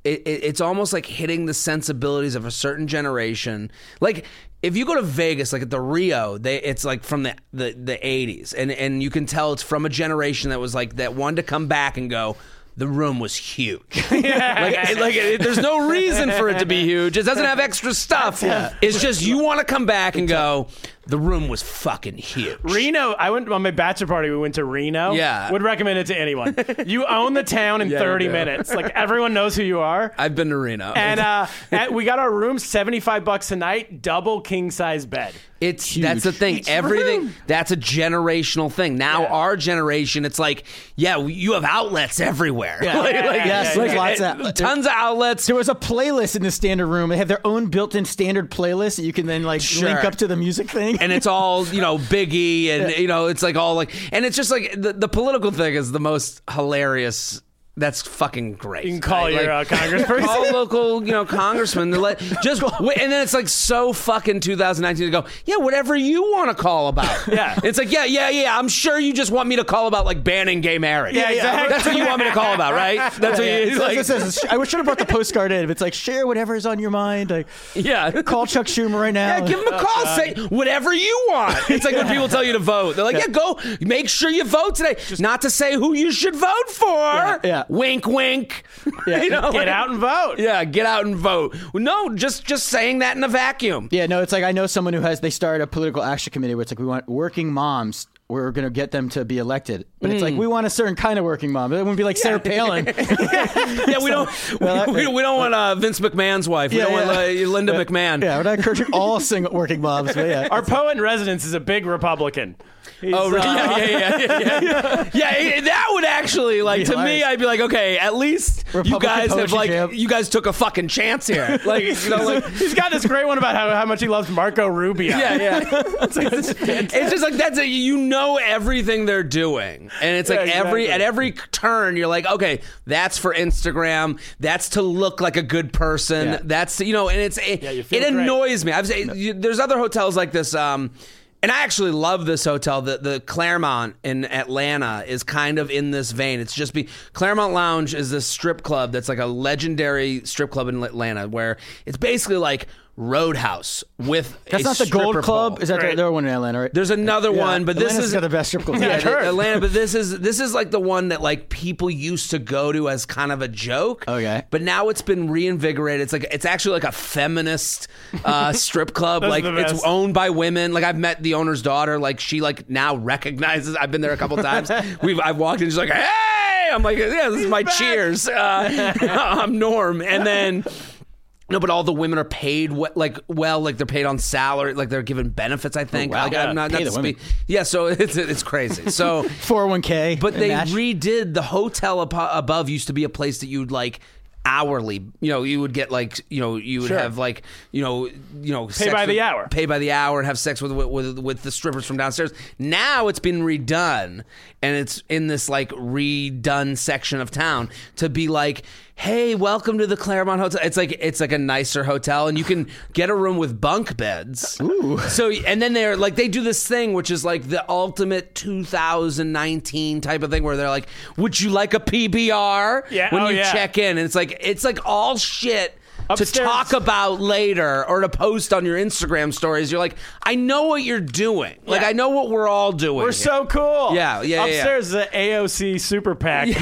Speaker 7: it, it, it's almost like hitting the sensibilities of a certain generation. Like if you go to Vegas, like at the Rio, they it's like from the the the eighties, and and you can tell it's from a generation that was like that one to come back and go. The room was huge. like, it- like it, there's no reason for it to be huge. It doesn't have extra stuff. It's just you want to come back and go. The room was fucking huge.
Speaker 4: Reno. I went on my bachelor party. We went to Reno.
Speaker 7: Yeah.
Speaker 4: would recommend it to anyone. you own the town in
Speaker 7: Yeah, I
Speaker 4: 30
Speaker 7: do.
Speaker 4: minutes. Like everyone knows who you are.
Speaker 7: I've been to Reno.
Speaker 4: And uh, and we got our room 75 bucks a night, double king size bed.
Speaker 7: It's that's the thing. Everything that's a generational thing. Now our generation, it's like, yeah, you have outlets everywhere. like,
Speaker 4: yeah, yeah,
Speaker 5: yes,
Speaker 4: yeah,
Speaker 5: there's
Speaker 4: yeah.
Speaker 5: lots of
Speaker 7: tons of outlets.
Speaker 5: There was a playlist in the standard room. They have their own built-in standard playlist that you can then like
Speaker 7: Sure.
Speaker 5: link up to the music thing.
Speaker 7: And it's all you know, Biggie, and you know, it's like all like, and it's just like the, the political thing is the most hilarious. That's fucking great.
Speaker 4: You can call
Speaker 7: Like-
Speaker 4: your
Speaker 7: like-
Speaker 4: uh, congressperson.
Speaker 7: All local, you know, congressmen. They're like, just wait, and then it's like so fucking 2019 to go. Yeah, whatever you want to call about.
Speaker 4: Yeah.
Speaker 7: it's like yeah, yeah, yeah. I'm sure you just want me to call about like banning gay marriage.
Speaker 4: Yeah, exactly.
Speaker 7: That's what you want me to call about, right? That's what you
Speaker 5: It
Speaker 7: like.
Speaker 5: says- it says- I should have brought the postcard in. If it's like share whatever is on your mind, like
Speaker 7: yeah.
Speaker 5: call Chuck Schumer right now.
Speaker 7: Yeah, give them a call.
Speaker 5: Uh,
Speaker 7: Say whatever you want. It's like when people tell you to vote. They're like, yeah, go make sure you vote today. Not to say who you should vote for.
Speaker 5: yeah.
Speaker 7: Wink, wink.
Speaker 5: Yeah.
Speaker 7: you know,
Speaker 4: Get out and vote.
Speaker 7: Oh, Yeah, get out and vote. No, just just saying that in a vacuum.
Speaker 5: Yeah, no, it's like I know someone who has they started a political action committee where it's like we want working moms. We're gonna get them to be elected, but
Speaker 7: Mm.
Speaker 5: it's like we want a certain kind of working mom. It wouldn't be like Sarah Palin.
Speaker 7: Yeah, we don't
Speaker 5: well, that-
Speaker 7: we, we don't want uh, Vince McMahon's wife. We
Speaker 5: Yeah,
Speaker 7: don't want
Speaker 5: yeah.
Speaker 7: uh, Linda McMahon.
Speaker 5: yeah, we're not encouraging all single working moms. But yeah,
Speaker 4: Our poet in residence is a big Republican. He's,
Speaker 7: Oh, really? yeah,
Speaker 4: uh,
Speaker 7: yeah, yeah, yeah, yeah. yeah. it- That would actually like to me.
Speaker 5: hilarious.
Speaker 7: I'd be like, okay, at least you
Speaker 5: Republican
Speaker 7: guys have
Speaker 5: poetry
Speaker 7: like
Speaker 5: jam.
Speaker 7: you guys took a fucking chance here. Like, you know, like
Speaker 4: He's got this great one about how, how much he loves Marco Rubio.
Speaker 7: yeah, yeah. it's, just like that's a, you know everything they're doing, and it's like
Speaker 4: Yeah,
Speaker 7: every
Speaker 4: exactly.
Speaker 7: at every turn you're like, okay, that's for Instagram, that's to look like a good person,
Speaker 5: Yeah.
Speaker 7: that's you know, and it's it,
Speaker 4: you feel
Speaker 7: it
Speaker 4: great.
Speaker 7: annoys me. I've said you, there's other hotels like this. Um, and I actually love this hotel. The the Claremont in Atlanta is kind of in this vein. It's just be Claremont Lounge is this strip club that's like a legendary strip club in Atlanta where it's basically like Roadhouse with
Speaker 5: that's
Speaker 7: a
Speaker 5: not the Gold
Speaker 7: stripper
Speaker 5: Club.
Speaker 7: pole.
Speaker 5: Is that
Speaker 4: Right.
Speaker 5: the other one in Atlanta? Right?
Speaker 7: There's another
Speaker 5: Yeah,
Speaker 7: one, but this
Speaker 5: Atlanta's
Speaker 7: is
Speaker 5: got the best strip club.
Speaker 7: Yeah,
Speaker 4: I've heard.
Speaker 7: Atlanta, but this is this is like the one that like people used to go to as kind of a joke.
Speaker 5: Okay.
Speaker 7: but now it's been reinvigorated. It's like it's actually like a feminist uh, strip club.
Speaker 4: Those
Speaker 7: like
Speaker 4: are the
Speaker 7: it's
Speaker 4: best.
Speaker 7: owned by women. Like I've met the owner's daughter. Like she like now recognizes. I've been there a couple times. We've I've walked in. She's like, hey, I'm like, yeah, this is my Cheers. Uh, I'm Norm, and then. No, but all the women are paid we- like well, like they're paid on salary, like they're given benefits. I think.
Speaker 5: Oh, wow.
Speaker 7: Like,
Speaker 5: Yeah,
Speaker 7: I'm not, not
Speaker 5: pay the
Speaker 7: to
Speaker 5: women.
Speaker 7: speak. Yeah, so it's it's crazy. So,
Speaker 5: 401k.
Speaker 7: but
Speaker 5: and
Speaker 7: they
Speaker 5: match.
Speaker 7: redid the hotel abo- above. Used to be a place that you'd like hourly. You know, you would get like you know you would
Speaker 4: Sure.
Speaker 7: have like you know you know pay
Speaker 4: by the hour.
Speaker 7: pay by the hour, and have sex with with with the strippers from downstairs. Now it's been redone, and it's in this like redone section of town to be like. Hey, welcome to the Claremont Hotel. It's like it's like a nicer hotel, and you can get a room with bunk beds. Ooh. So and then they're like they do this thing, which is like the ultimate 2019 type of thing, where they're like, "Would you like a PBR?"
Speaker 4: Yeah,
Speaker 7: When
Speaker 4: oh,
Speaker 7: you
Speaker 4: yeah.
Speaker 7: check in, and it's like it's like all shit to
Speaker 4: Upstairs.
Speaker 7: talk about later or to post on your Instagram stories. You're like, I know what you're doing. Like,
Speaker 4: Yeah.
Speaker 7: I know what we're all doing.
Speaker 4: We're so cool.
Speaker 7: Yeah, yeah, yeah, yeah.
Speaker 4: Upstairs is the AOC super PAC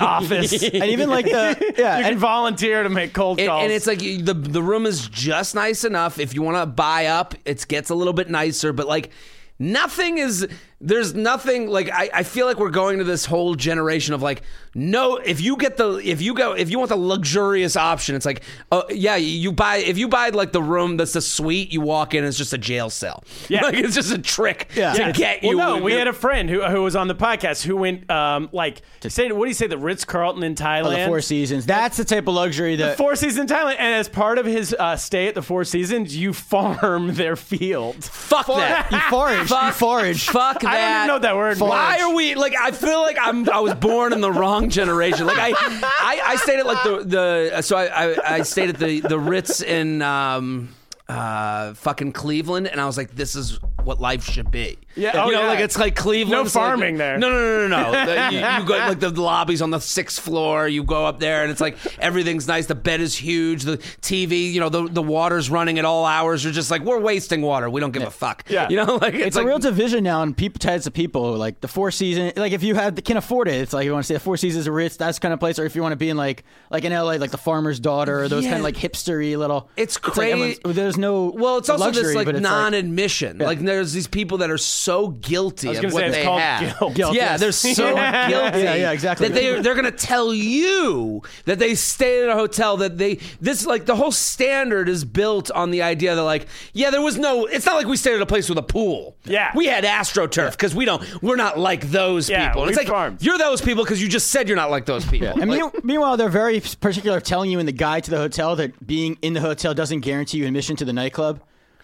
Speaker 4: office.
Speaker 5: and even like the yeah,
Speaker 4: you can
Speaker 5: and
Speaker 4: volunteer to make cold
Speaker 7: And,
Speaker 4: calls.
Speaker 7: and it's like you- the the room is just nice enough. If you want to buy up, it gets a little bit nicer. But like, nothing is. There's nothing like I, I feel like we're going to this whole generation of like no if you get the if you go if you want the luxurious option it's like oh yeah you buy if you buy like the room that's the suite you walk in it's just a jail cell
Speaker 4: Yeah.
Speaker 7: like it's just a trick
Speaker 5: Yeah.
Speaker 7: to
Speaker 5: Yeah.
Speaker 7: get
Speaker 4: well,
Speaker 7: you
Speaker 4: no, we had a friend who who was on the podcast who went um like say what do you say the Ritz Carlton in Thailand
Speaker 5: Oh, the Four Seasons. That's the type of luxury that
Speaker 4: Four Seasons in Thailand, and as part of his uh, stay at the Four Seasons, you farm their field.
Speaker 7: fuck that
Speaker 5: you forage. you
Speaker 7: Fuck.
Speaker 5: forage.
Speaker 7: Fuck that.
Speaker 4: I don't even know what that word
Speaker 7: Why
Speaker 4: means.
Speaker 7: are we like? I feel like I'm. I was born in the wrong generation. Like I, I, I stayed at like the the. So I, I, I stayed at the the Ritz in um, uh, fucking Cleveland, and I was like, this is what life should be.
Speaker 4: Yeah,
Speaker 7: you
Speaker 4: oh,
Speaker 7: know,
Speaker 4: yeah.
Speaker 7: like it's like Cleveland.
Speaker 4: No
Speaker 7: it's like-
Speaker 4: farming there.
Speaker 7: No, no, no, no, no. The- you, you go like the lobbies on the sixth floor. You go up there, and it's like everything's nice. The bed is huge. The TV, you know, the the water's running at all hours. You're just like we're wasting water. We don't give a fuck.
Speaker 4: Yeah.
Speaker 7: you know, like it's,
Speaker 5: It's
Speaker 7: like,
Speaker 5: a real division now in people types of people. Like the Four Seasons, like if you have can afford it, it's like you want to say the Four Seasons are rich, that's kind of place. Or if you want to be in like like in LA, like the Farmer's Daughter, or those
Speaker 7: Yeah.
Speaker 5: kind of like hipstery little.
Speaker 7: It's
Speaker 5: like
Speaker 7: crazy.
Speaker 5: everyone's- there's no
Speaker 7: Well, it's also
Speaker 5: luxury,
Speaker 7: this like
Speaker 5: but it's
Speaker 7: non-admission. Like there's these people that are so guilty
Speaker 4: was
Speaker 7: of
Speaker 4: gonna
Speaker 7: what
Speaker 4: say, it's
Speaker 7: they
Speaker 4: called
Speaker 7: have.
Speaker 4: guilt.
Speaker 5: Guilt,
Speaker 7: yeah,
Speaker 5: yes.
Speaker 7: they're so
Speaker 4: Yeah.
Speaker 7: guilty.
Speaker 5: Yeah, yeah, exactly.
Speaker 7: That they they're gonna tell you that they stayed in a hotel that they this like the whole standard is built on the idea that like yeah there was no it's not like we stayed at a place with a pool.
Speaker 4: Yeah.
Speaker 7: we had astroturf because we don't we're not like those
Speaker 4: Yeah,
Speaker 7: people. And it's
Speaker 4: we
Speaker 7: like
Speaker 4: farmed.
Speaker 7: you're those people because you just said you're not like those people.
Speaker 5: And
Speaker 7: Like,
Speaker 5: mean- meanwhile, they're very particular of telling you in the guide to the hotel that being in the hotel doesn't guarantee you admission to the nightclub.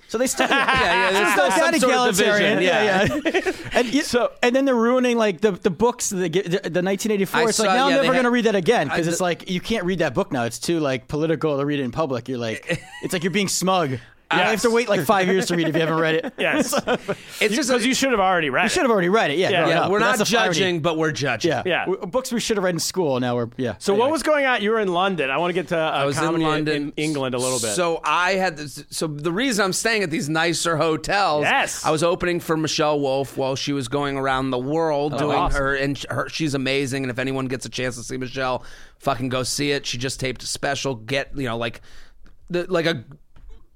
Speaker 5: So they still,
Speaker 7: yeah, there's
Speaker 5: it's still
Speaker 7: some
Speaker 5: kind of
Speaker 7: sort of
Speaker 5: egalitarian.
Speaker 7: division,
Speaker 5: yeah, yeah. and, you-
Speaker 4: So-
Speaker 5: and then they're ruining like the, the books, the, the 1984.
Speaker 7: I
Speaker 5: it's like
Speaker 7: saw-
Speaker 5: now
Speaker 7: yeah,
Speaker 5: I'm
Speaker 7: they
Speaker 5: never
Speaker 7: had-
Speaker 5: going to read that again
Speaker 7: I-
Speaker 5: because it's like you can't read that book now. It's too like political to read it in public. You're like, it's like you're being smug. I have to wait like five years to read if you haven't read it.
Speaker 4: Yes,
Speaker 7: it's just
Speaker 4: because you should have already read.
Speaker 5: You should
Speaker 4: it.
Speaker 5: have already read it. Yeah, growing
Speaker 4: yeah,
Speaker 5: up,
Speaker 7: we're
Speaker 5: but
Speaker 7: not
Speaker 5: that's the irony.
Speaker 7: judging, but we're judging.
Speaker 5: Yeah,
Speaker 4: Yeah.
Speaker 5: W- Books we should have read in school. Now we're yeah.
Speaker 4: So what was going on? You were in London. I want to get to uh,
Speaker 7: I was
Speaker 4: comedy
Speaker 7: in London,
Speaker 4: England, a little bit.
Speaker 7: So I had this, so the reason I'm staying at these nicer hotels.
Speaker 4: Yes.
Speaker 7: I was opening for Michelle Wolf while she was going around the world doing
Speaker 4: Oh, awesome.
Speaker 7: her and sh- her. She's amazing, and if anyone gets a chance to see Michelle, fucking go see it. She just taped a special. Get you know like the like a.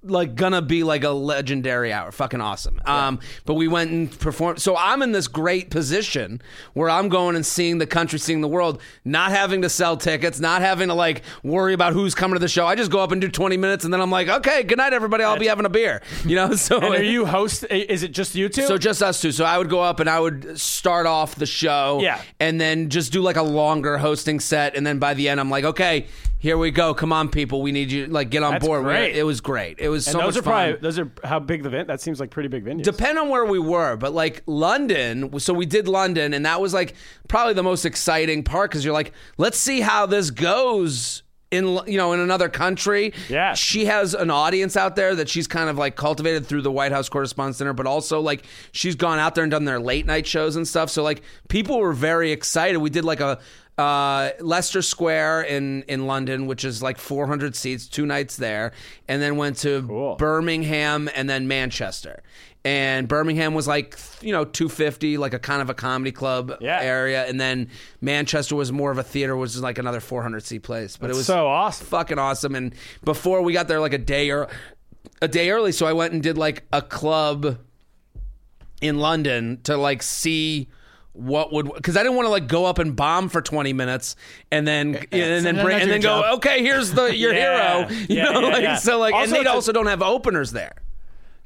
Speaker 7: Like gonna be like a legendary hour, fucking awesome. Um, but we went and performed. So I'm in this great position where I'm going and seeing the country, seeing the world, not having to sell tickets, not having to like worry about who's coming to the show. I just go up and do 20 minutes, and then I'm like, okay, good night, everybody. I'll be having a beer, you know. So
Speaker 4: and are you host? Is it just you two?
Speaker 7: oh, so just us two. So I would go up and I would start off the show,
Speaker 4: Yeah.
Speaker 7: and then just do like a longer hosting set, and then by the end, I'm like, okay, here we go. Come on, people, we need you. Like, get on
Speaker 4: That's
Speaker 7: board. We're-
Speaker 4: great.
Speaker 7: It was great. It was
Speaker 4: and
Speaker 7: so
Speaker 4: those
Speaker 7: much
Speaker 4: are
Speaker 7: fun.
Speaker 4: probably those are how big the event. That seems like pretty big venues.
Speaker 7: Depend on where we were, but like London, so we did London, and that was like probably the most exciting part because you're like, let's see how this goes in you know in another country.
Speaker 4: Yeah.
Speaker 7: she has an audience out there that she's kind of like cultivated through the White House Correspondents' Dinner, but also like she's gone out there and done their late night shows and stuff. So like people were very excited. We did like a. Uh, Leicester Square in in London, which is like 400 seats, two nights there, and then went to Birmingham and then Manchester. And Birmingham was like, you know, 250, like a kind of a comedy club
Speaker 4: Yeah.
Speaker 7: area. And then Manchester was more of a theater, which is like another 400 seat place. But it was
Speaker 4: so awesome.
Speaker 7: fucking awesome. And before we got there, like a day or a day early, so I went and did like a club in London to like see what would because I didn't want to like go up and bomb for 20 minutes and then and then
Speaker 5: that's
Speaker 7: bring, and then
Speaker 5: your
Speaker 7: go
Speaker 5: job.
Speaker 7: okay here's the your
Speaker 4: Yeah.
Speaker 7: hero you
Speaker 4: Yeah,
Speaker 7: know
Speaker 4: yeah,
Speaker 7: like,
Speaker 4: yeah.
Speaker 7: so like
Speaker 4: Also,
Speaker 7: and they
Speaker 4: it's a-
Speaker 7: also don't have openers there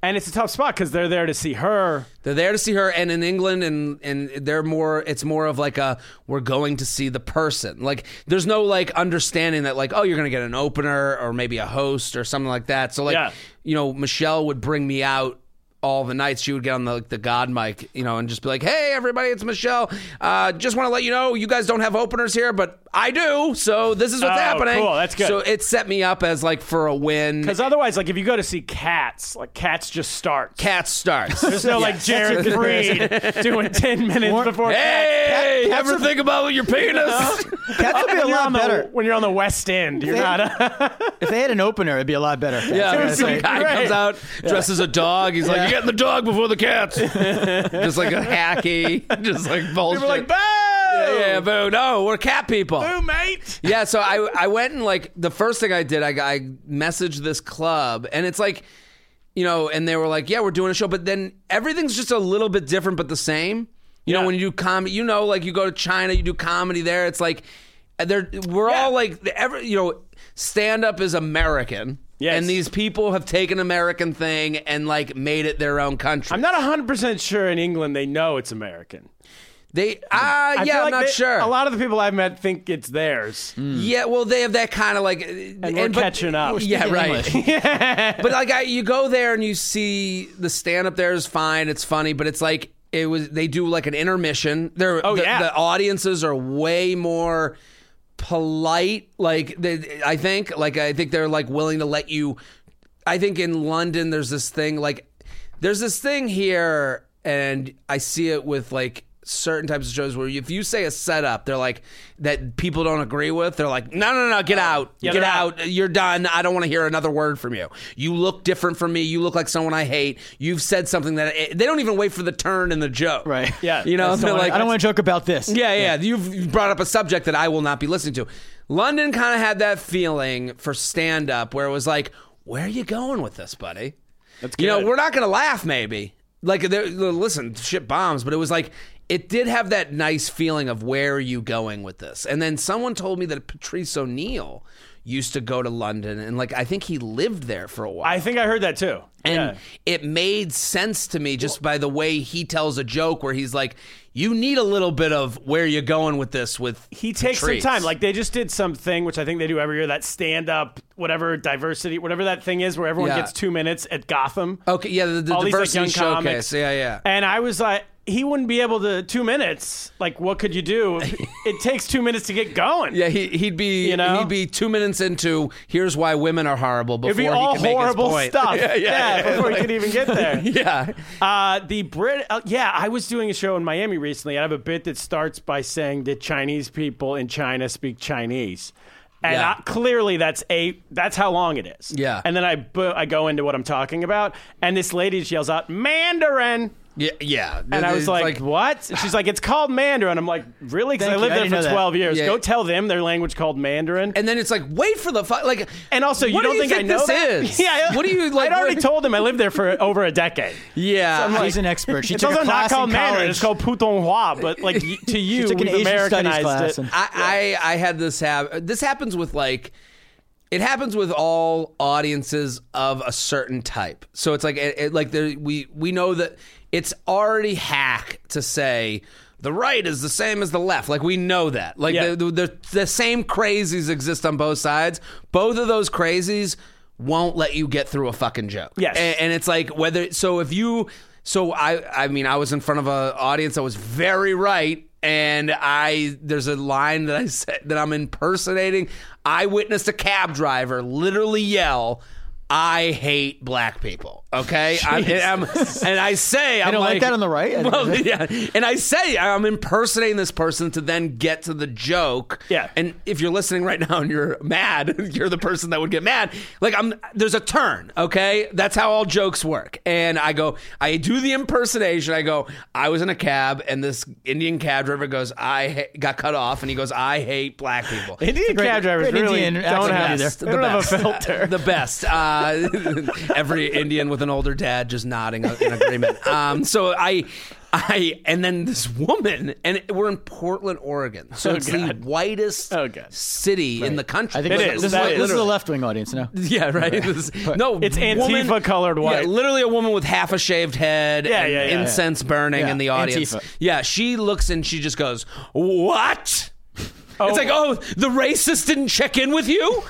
Speaker 4: and it's a tough spot because they're there to see her.
Speaker 7: They're there to see her, and in England, and and they're more. It's more of like a we're going to see the person. Like there's no like understanding that like oh you're gonna get an opener or maybe a host or something like that. So like
Speaker 4: Yeah.
Speaker 7: you know Michelle would bring me out all the nights. She would get on the the God mic, you know, and just be like, hey everybody, it's Michelle. Uh, just want to let you know you guys don't have openers here, but I do. So this is what's
Speaker 4: Oh,
Speaker 7: happening.
Speaker 4: cool. That's good.
Speaker 7: So it set me up as like for a win.
Speaker 4: Because otherwise, like if you go to see Cats, like Cats just starts.
Speaker 7: Cat starts.
Speaker 4: There's no like Jared Freed doing ten minutes before.
Speaker 7: Hey,
Speaker 5: Cat-
Speaker 7: ever
Speaker 5: cats are-
Speaker 7: think about your penis?
Speaker 5: Cats would be a
Speaker 4: When you're,
Speaker 5: lot
Speaker 4: on the,
Speaker 5: better
Speaker 4: when you're on the West End, you're
Speaker 5: They-
Speaker 4: not. A,
Speaker 5: if they had an opener. It'd be a lot better.
Speaker 7: Yeah,
Speaker 5: That's what I'm
Speaker 7: some
Speaker 5: saying.
Speaker 7: guy
Speaker 4: Right.
Speaker 7: comes out, dresses a dog. He's like, "You getting the dog before the cats?" just like a hacky, just like bullshit.
Speaker 4: people are like, boo,
Speaker 7: Yeah, yeah, boo. No, we're cat people.
Speaker 4: boo, mate.
Speaker 7: Yeah, so I I went and like the first thing I did, I I messaged this club, and it's like, you know, and they were like, "Yeah, we're doing a show," but then everything's just a little bit different, but the same. You
Speaker 4: Yeah.
Speaker 7: know, when you do comedy, you know, like you go to China, you do comedy there. It's like, uh, they're we're
Speaker 4: Yeah.
Speaker 7: all like, every you know, stand up is American.
Speaker 4: Yes.
Speaker 7: And these people have taken American thing and like made it their own country.
Speaker 4: I'm not 100 percent sure in England they know it's American.
Speaker 7: They, ah, yeah,
Speaker 4: I feel
Speaker 7: I'm
Speaker 4: like
Speaker 7: not
Speaker 4: they-
Speaker 7: sure.
Speaker 4: A lot of the people I've met think it's theirs.
Speaker 7: Yeah, well, they have that kind of like, uh, and,
Speaker 4: Hmm. we're catching up. We're
Speaker 7: yeah,
Speaker 5: speaking
Speaker 7: right. but like, I, you go there and you see the stand up there is fine. It's funny, but it's like it was. They do like an intermission. They're,
Speaker 4: Oh,
Speaker 7: the,
Speaker 4: yeah.
Speaker 7: the audiences are way more polite. Like they, I think, like I think they're like willing to let you. I think in London there's this thing like there's this thing here and I see it with like certain types of shows where if you say a setup, they're like that people don't agree with. They're like, no, no, no, get out,
Speaker 4: Yeah,
Speaker 7: get
Speaker 4: they're
Speaker 7: out. you're done. I don't want to hear another word from you. You look different from me. You look like someone I hate. You've said something that eh, they don't even wait for the turn and the joke,
Speaker 5: Right.
Speaker 4: Yeah.
Speaker 7: You know,
Speaker 4: That's
Speaker 7: they're
Speaker 5: I don't
Speaker 7: like,
Speaker 5: wanna- I don't want to joke about this.
Speaker 7: yeah, yeah, You've brought up a subject that I will not be listening to. London kind of had that feeling for stand up where it was like, where are you going with this, buddy? You know,
Speaker 4: good.
Speaker 7: we're not going to laugh, maybe. Like, there- listen, shit bombs, but it was like, it did have that nice feeling of where are you going with this? And then someone told me that Patrice O'Neill used to go to London and, like, I think he lived there for a while.
Speaker 4: I think I heard that too.
Speaker 7: And
Speaker 4: Yeah.
Speaker 7: it made sense to me just by the way he tells a joke where he's like, you need a little bit of where you're going with this with
Speaker 4: he takes
Speaker 7: Patrice."
Speaker 4: some time. Like they just did something, which I think they do every year, that stand up, whatever diversity, whatever that thing is, where everyone
Speaker 7: Yeah.
Speaker 4: gets two minutes at Gotham.
Speaker 7: Okay, yeah, the, the
Speaker 4: All these, like,
Speaker 7: diversity
Speaker 4: young
Speaker 7: showcase.
Speaker 4: comics.
Speaker 7: Yeah, yeah.
Speaker 4: And I was like, he wouldn't be able to two minutes. Like, what could you do? it takes two minutes to get going.
Speaker 7: yeah, he, he'd be
Speaker 4: You know?
Speaker 7: he'd be two minutes into here's why women are horrible before
Speaker 4: It'd be
Speaker 7: he
Speaker 4: all
Speaker 7: can make
Speaker 4: horrible
Speaker 7: his point.
Speaker 4: stuff.
Speaker 7: yeah, yeah, yeah.
Speaker 4: before he could even get there.
Speaker 7: yeah.
Speaker 4: Uh, the Brit, uh, yeah, I was doing a show in Miami recently, and I have a bit that starts by saying that Chinese people in China speak Chinese, and
Speaker 7: Yeah.
Speaker 4: I, clearly that's a that's how long it is.
Speaker 7: Yeah.
Speaker 4: and then I bu- I go into what I'm talking about, and this lady she yells out Mandarin,
Speaker 7: yeah, yeah.
Speaker 4: and I was
Speaker 7: It's
Speaker 4: like, what? And she's like, it's called Mandarin. I'm like, really? Because I
Speaker 5: Thank
Speaker 4: lived
Speaker 5: you. I
Speaker 4: there
Speaker 5: didn't know
Speaker 4: for
Speaker 5: that.
Speaker 4: 12 years.
Speaker 7: Yeah.
Speaker 4: Go tell them their language called Mandarin.
Speaker 7: And then it's like, wait for the fu-, like.
Speaker 4: And also, you
Speaker 7: what
Speaker 4: don't
Speaker 7: do you
Speaker 4: think, I know
Speaker 7: this
Speaker 4: that?
Speaker 7: is?
Speaker 4: Yeah. I-
Speaker 7: What do you like?
Speaker 4: I'd already
Speaker 7: what-
Speaker 4: told him I lived there for over a decade.
Speaker 7: Yeah,
Speaker 5: She's an expert. She
Speaker 4: it's
Speaker 5: took
Speaker 4: also
Speaker 5: a
Speaker 4: not
Speaker 5: class
Speaker 4: called
Speaker 5: in
Speaker 4: Mandarin.
Speaker 5: college.
Speaker 4: It's called Putonghua. But like y- to you,
Speaker 5: took an
Speaker 4: we've
Speaker 5: Asian studies
Speaker 4: Americanized
Speaker 5: class
Speaker 4: it.
Speaker 5: and-
Speaker 7: I, I I had this hap- this happens with like it happens with all audiences of a certain type. So it's like it, it- like there, we we know that it's already hack to say the right is the same as the left. Like we know that. Like
Speaker 4: Yeah.
Speaker 7: the, the, the the same crazies exist on both sides. Both of those crazies won't let you get through a fucking joke.
Speaker 4: Yes.
Speaker 7: A- and it's like whether so if you so I I mean I was in front of an audience that was very right and I there's a line that I said that I'm impersonating. I witnessed a cab driver literally yell. I hate black people. Okay, I'm, and, I'm- and I say I'm
Speaker 5: don't like that on the right?
Speaker 7: Well, yeah, and I say I'm impersonating this person to then get to the joke.
Speaker 4: Yeah.
Speaker 7: and if you're listening right now and you're mad, you're the person that would get mad. Like I'm there's a turn, okay? That's how all jokes work. And I go, I do the impersonation. I go, I was in a cab and this Indian cab driver goes, I ha- got cut off and he goes, I hate black people.
Speaker 4: Indian
Speaker 5: great-
Speaker 4: cab drivers
Speaker 5: great
Speaker 4: really
Speaker 5: Indian
Speaker 4: don't
Speaker 5: accent
Speaker 4: have
Speaker 5: best.
Speaker 4: they
Speaker 7: The
Speaker 4: don't have a
Speaker 7: best.
Speaker 4: filter.
Speaker 7: the best. Uh, every Indian with an older dad just nodding in agreement. Um, so I, I, and then this woman, and we're in Portland, Oregon. So
Speaker 4: Oh,
Speaker 7: it's
Speaker 4: God.
Speaker 7: the whitest
Speaker 4: Oh, God.
Speaker 7: city in the country.
Speaker 5: I think
Speaker 4: It
Speaker 5: this,
Speaker 4: is,
Speaker 5: This,
Speaker 4: that
Speaker 5: is,
Speaker 4: is.
Speaker 5: this is a
Speaker 4: Literally.
Speaker 5: left wing audience now.
Speaker 7: Yeah, right. This- no,
Speaker 4: It's
Speaker 7: woman-
Speaker 4: Antifa-colored white.
Speaker 7: Yeah, literally a woman with half a shaved head
Speaker 4: Yeah,
Speaker 7: and
Speaker 4: yeah, yeah.
Speaker 7: incense burning
Speaker 5: Yeah,
Speaker 7: in the audience.
Speaker 5: Antifa.
Speaker 7: Yeah, she looks and she just goes, "What?" It's like, oh, the racist didn't check in with you.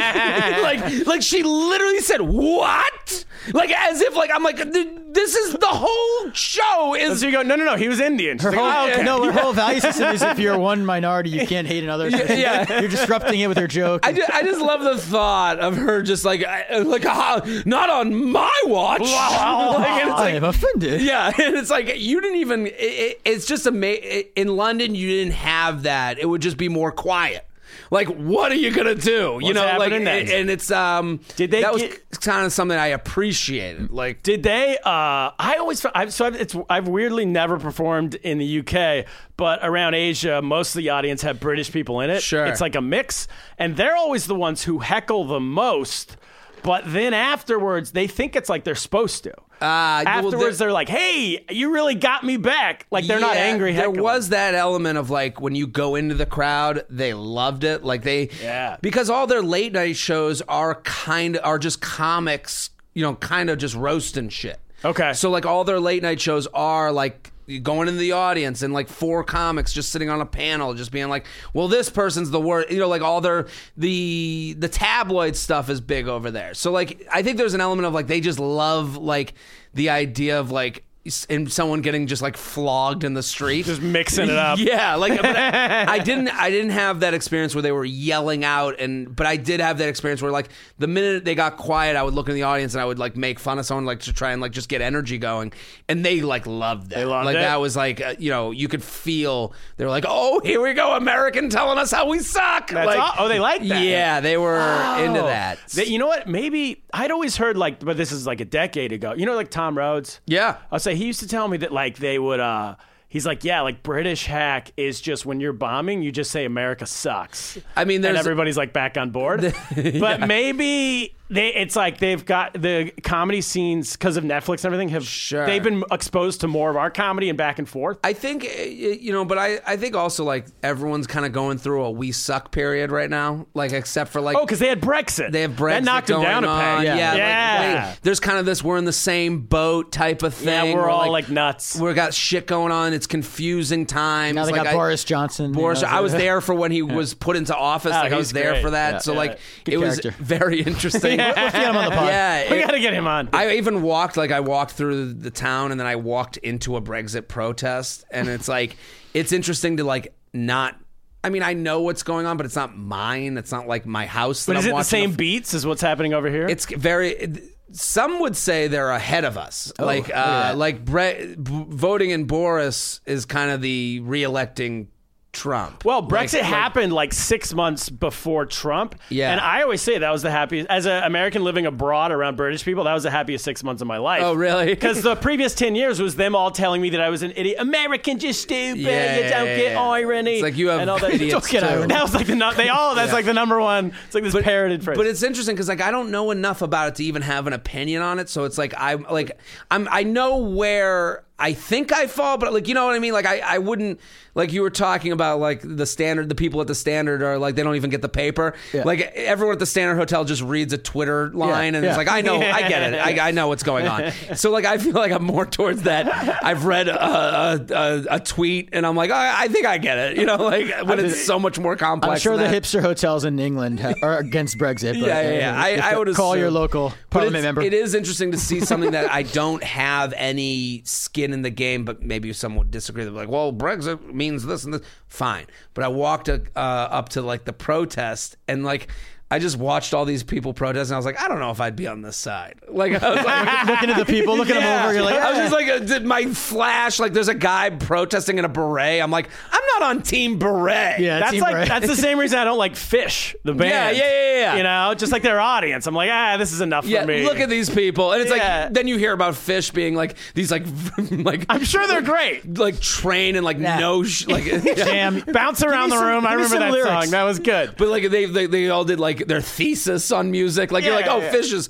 Speaker 7: like, like she literally said, "What?" Like, as if, like, I'm like, "Th- this is the whole show is
Speaker 4: so you go, no, no, no. He was Indian. She's
Speaker 5: Her
Speaker 4: like,
Speaker 5: whole,
Speaker 4: "Oh, okay.
Speaker 5: No, her whole value system is if you're one minority, you can't hate another.
Speaker 7: yeah.
Speaker 5: You're disrupting it with your joke.
Speaker 7: I just, I just love the thought of her just like I- like ah, not on my watch. Like, and it's
Speaker 5: I
Speaker 7: like,
Speaker 5: am Oh, offended.
Speaker 7: Yeah, and it's like you didn't even. It, it, it's just amazing. In London, you didn't have that. It would just be more quiet. Like, what are you gonna do? you
Speaker 4: What's
Speaker 7: know, like,
Speaker 4: happening next?
Speaker 7: and it's um.
Speaker 4: Did they
Speaker 7: That was
Speaker 4: get-
Speaker 7: kind of something I appreciated. Like,
Speaker 4: Did they? Uh, I always fe- I've, so I've, it's I've weirdly never performed in the UK, but around Asia, most of the audience have British people in it.
Speaker 7: Sure.
Speaker 4: it's like a mix, and they're always the ones who heckle the most. But then afterwards, they think it's like they're supposed to.
Speaker 7: Ah, well,
Speaker 4: afterwards,
Speaker 7: they're-
Speaker 4: they're, like, "Hey, you really got me back." Like they're not
Speaker 7: Yeah,
Speaker 4: angry.
Speaker 7: There
Speaker 4: Heckling.
Speaker 7: was that element of like when you go into the crowd, they loved it. Like they,
Speaker 4: Yeah.
Speaker 7: because all their late night shows are kind are just comics, you know, kind of just roasting shit.
Speaker 4: Okay.
Speaker 7: so like all their late night shows are like going into the audience and like four comics just sitting on a panel just being like well this person's the worst you know like all their the the tabloid stuff is big over there so like i think there's an element of like they just love like the idea of like s- and someone getting just like flogged in the street.
Speaker 4: Just mixing it up.
Speaker 7: Yeah, like but I, I didn't I didn't have that experience where they were yelling out and but I did have that experience where like the minute they got quiet I would look in the audience and I would like make fun of someone like to try and like just get energy going and they like loved that. They
Speaker 4: loved
Speaker 7: like
Speaker 4: it?
Speaker 7: that was like uh, you know you could feel they were like oh here we go American telling us how we suck.
Speaker 4: That's
Speaker 7: like,
Speaker 4: all- oh, they liked that.
Speaker 7: Yeah, they were into
Speaker 4: Oh.
Speaker 7: that.
Speaker 4: They- you know what? Maybe I'd always heard like, but this is like a decade ago. You know, like Tom Rhodes.
Speaker 7: Yeah.
Speaker 4: I'll say he used to tell me that like they would. uh He's like, yeah, like British hack is just when you're bombing, you just say America sucks.
Speaker 7: I mean,
Speaker 4: and
Speaker 7: there's-
Speaker 4: everybody's like back on board. But maybe they, it's like they've got the comedy scenes because of Netflix and everything. Have
Speaker 7: Sure.
Speaker 4: they've been exposed to more of our comedy and back and forth?
Speaker 7: I think uh, you know, but I, I think also like everyone's kind of going through a we suck period right now, like except for like
Speaker 4: Oh, because they had Brexit.
Speaker 7: They have Brexit
Speaker 4: That knocked them
Speaker 7: going
Speaker 4: down a
Speaker 7: on.
Speaker 4: peg.
Speaker 7: Yeah, like,
Speaker 4: yeah.
Speaker 7: wait, there's kind of this we're in the same boat type of
Speaker 4: Yeah,
Speaker 7: thing.
Speaker 4: we're all like, nuts.
Speaker 7: We've got shit going on. It's confusing times.
Speaker 5: Now they
Speaker 7: like,
Speaker 5: got
Speaker 7: I-
Speaker 5: Boris Johnson. you
Speaker 7: Boris,
Speaker 5: know,
Speaker 7: I was there for when he was put into office. like I
Speaker 4: Oh, he's
Speaker 7: was there
Speaker 4: great.
Speaker 7: for that.
Speaker 4: Yeah,
Speaker 7: so
Speaker 4: yeah.
Speaker 7: like
Speaker 5: Good
Speaker 7: it
Speaker 5: character.
Speaker 7: was very interesting.
Speaker 5: Let's get him on the pod.
Speaker 7: Yeah,
Speaker 4: we
Speaker 7: it-
Speaker 4: got to get him on.
Speaker 7: I even walked like I walked through the town and then I walked into a Brexit protest and it's like it's interesting to like not I mean I know what's going on but it's not mine it's not like my house that
Speaker 4: but is
Speaker 7: I'm
Speaker 4: it the
Speaker 7: watching
Speaker 4: same
Speaker 7: f-
Speaker 4: beats as what's happening over here?
Speaker 7: It's very it- some would say they're ahead of us
Speaker 4: Oh,
Speaker 7: like uh, like Bre- b- voting in Boris is kind of the reelecting Trump
Speaker 4: well,
Speaker 7: Like-
Speaker 4: Brexit happened like six months before Trump.
Speaker 7: Yeah.
Speaker 4: And I always say that was the happiest, as an American living abroad around British people, that was the happiest six months of my life.
Speaker 7: Oh, really?
Speaker 4: Because the previous 10 years was them all telling me that I was an idiot. American, just stupid.
Speaker 7: Yeah,
Speaker 4: you don't
Speaker 7: yeah,
Speaker 4: get
Speaker 7: yeah.
Speaker 4: irony.
Speaker 7: It's like you have
Speaker 4: and all that.
Speaker 7: idiots, Don't get too. irony.
Speaker 4: That was like the, nu- they all, that's like the number one. It's like this parroted phrase.
Speaker 7: But it's interesting because like I don't know enough about it to even have an opinion on it. So it's like I'm like I'm I know where I think I fall, but like you know what I mean. Like I I wouldn't like you were talking about like the standard. The people at the standard are like they don't even get the paper. Like everyone at the standard hotel just reads a Twitter line and
Speaker 5: yeah.
Speaker 7: it's like I know I get it. I, I know what's going on. so like I feel like I'm more towards that. I've read a a, a, a tweet and I'm like oh, I think I get it. You know like when it's so much more complex.
Speaker 5: I'm sure the
Speaker 7: than that.
Speaker 5: hipster hotels in England ha- are against Brexit. But
Speaker 7: Yeah, yeah, yeah. I, I would
Speaker 5: "Eh, call
Speaker 7: assume.
Speaker 5: your local
Speaker 7: But
Speaker 5: parliament
Speaker 7: it's-
Speaker 5: member.
Speaker 7: It is interesting to see something that I don't have any skin in the game, but maybe some would disagree. They're like, "Well, Brexit means this and this." Fine, but I walked uh, uh, up to like the protest and like. I just watched all these people protest, and I was like, I don't know if I'd be on this side. Like, I was like,
Speaker 5: looking at the people, looking at them over. You're like,
Speaker 7: I was
Speaker 5: "Eh."
Speaker 7: just like, uh, did my flash? Like, there's a guy protesting in a beret. I'm like, I'm not on Team Beret.
Speaker 5: Yeah,
Speaker 4: That's
Speaker 5: team
Speaker 4: like
Speaker 5: Bray.
Speaker 4: that's the same reason I don't like Fish, the band.
Speaker 7: yeah, yeah, yeah.
Speaker 4: You know, just like their audience. I'm like, ah, this is enough
Speaker 7: Yeah,
Speaker 4: for me.
Speaker 7: look at these people, and it's
Speaker 4: Yeah.
Speaker 7: like then you hear about fish being like these like like
Speaker 4: I'm sure they're great.
Speaker 7: like train and like no sh- like
Speaker 4: Damn, bounce around the room. I
Speaker 5: give me
Speaker 4: remember
Speaker 5: some
Speaker 4: that
Speaker 5: lyrics.
Speaker 4: song. That was good.
Speaker 7: But like they, they they all did like their thesis on music. Like you're
Speaker 4: Yeah,
Speaker 7: like, oh,
Speaker 4: yeah.
Speaker 7: Fish is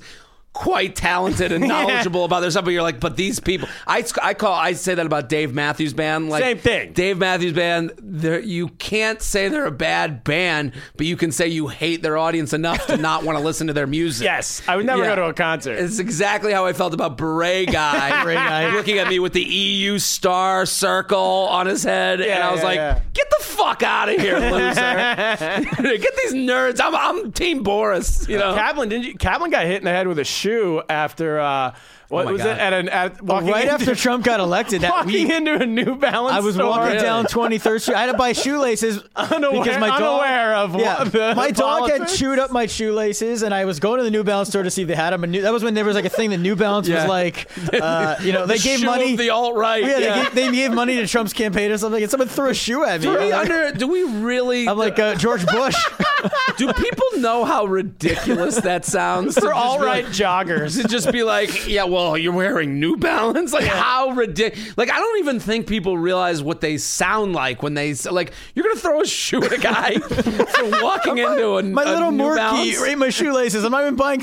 Speaker 7: quite talented and knowledgeable about their stuff. But you're like, but these people, I I call I say that about Dave Matthews Band. Like
Speaker 4: Same thing.
Speaker 7: Dave Matthews Band. they're- You can't say they're a bad band, but you can say you hate their audience enough to not want to listen to their music.
Speaker 4: Yes, I would never
Speaker 7: Yeah.
Speaker 4: go to a concert.
Speaker 7: It's exactly how I felt about Beret guy, looking at me with the EU star circle on his head, and I was
Speaker 4: yeah,
Speaker 7: like,
Speaker 4: yeah.
Speaker 7: "Get the fuck out of here, loser! Get these nerds! I'm, I'm Team Boris, you know."
Speaker 4: Kaplan didn't. You, Kaplan got hit in the head with a shoe after uh, what
Speaker 7: my
Speaker 4: was
Speaker 7: God.
Speaker 4: it at an at walking
Speaker 5: Oh right
Speaker 4: into,
Speaker 5: after Trump got elected that
Speaker 4: walking
Speaker 5: week.
Speaker 4: into a New Balance.
Speaker 5: I was
Speaker 4: store.
Speaker 5: walking down 23rd Street. I had to buy shoelaces
Speaker 4: Unaware-
Speaker 5: because my dog,
Speaker 4: unaware of what
Speaker 5: yeah,
Speaker 4: the
Speaker 5: my dog had
Speaker 4: politics.
Speaker 5: chewed up my shoelaces, and I was going to the New Balance store to see if they had them. And new, that was when there was like a thing that New Balance
Speaker 7: Yeah.
Speaker 5: was like, uh, you know, they
Speaker 7: The
Speaker 5: gave
Speaker 7: shoe of
Speaker 5: money.
Speaker 7: the alt right.
Speaker 5: yeah, They, gave, they gave money to Trump's campaign or something, and someone threw a shoe at me.
Speaker 7: do
Speaker 5: I'm
Speaker 7: we
Speaker 5: like-
Speaker 7: under? Do we really?
Speaker 5: I'm like uh, George Bush.
Speaker 7: do people know how ridiculous that sounds?
Speaker 4: for all right joggers.
Speaker 7: to just be like, yeah, well, you're wearing New Balance. Like, how ridiculous. Like, I don't even think people realize what they sound like when they, s- like, you're going to throw a shoe at a guy for walking into a
Speaker 5: My
Speaker 7: a
Speaker 5: little
Speaker 7: New
Speaker 5: Morky
Speaker 7: Balance.
Speaker 5: ate my shoelaces. I'm not even buying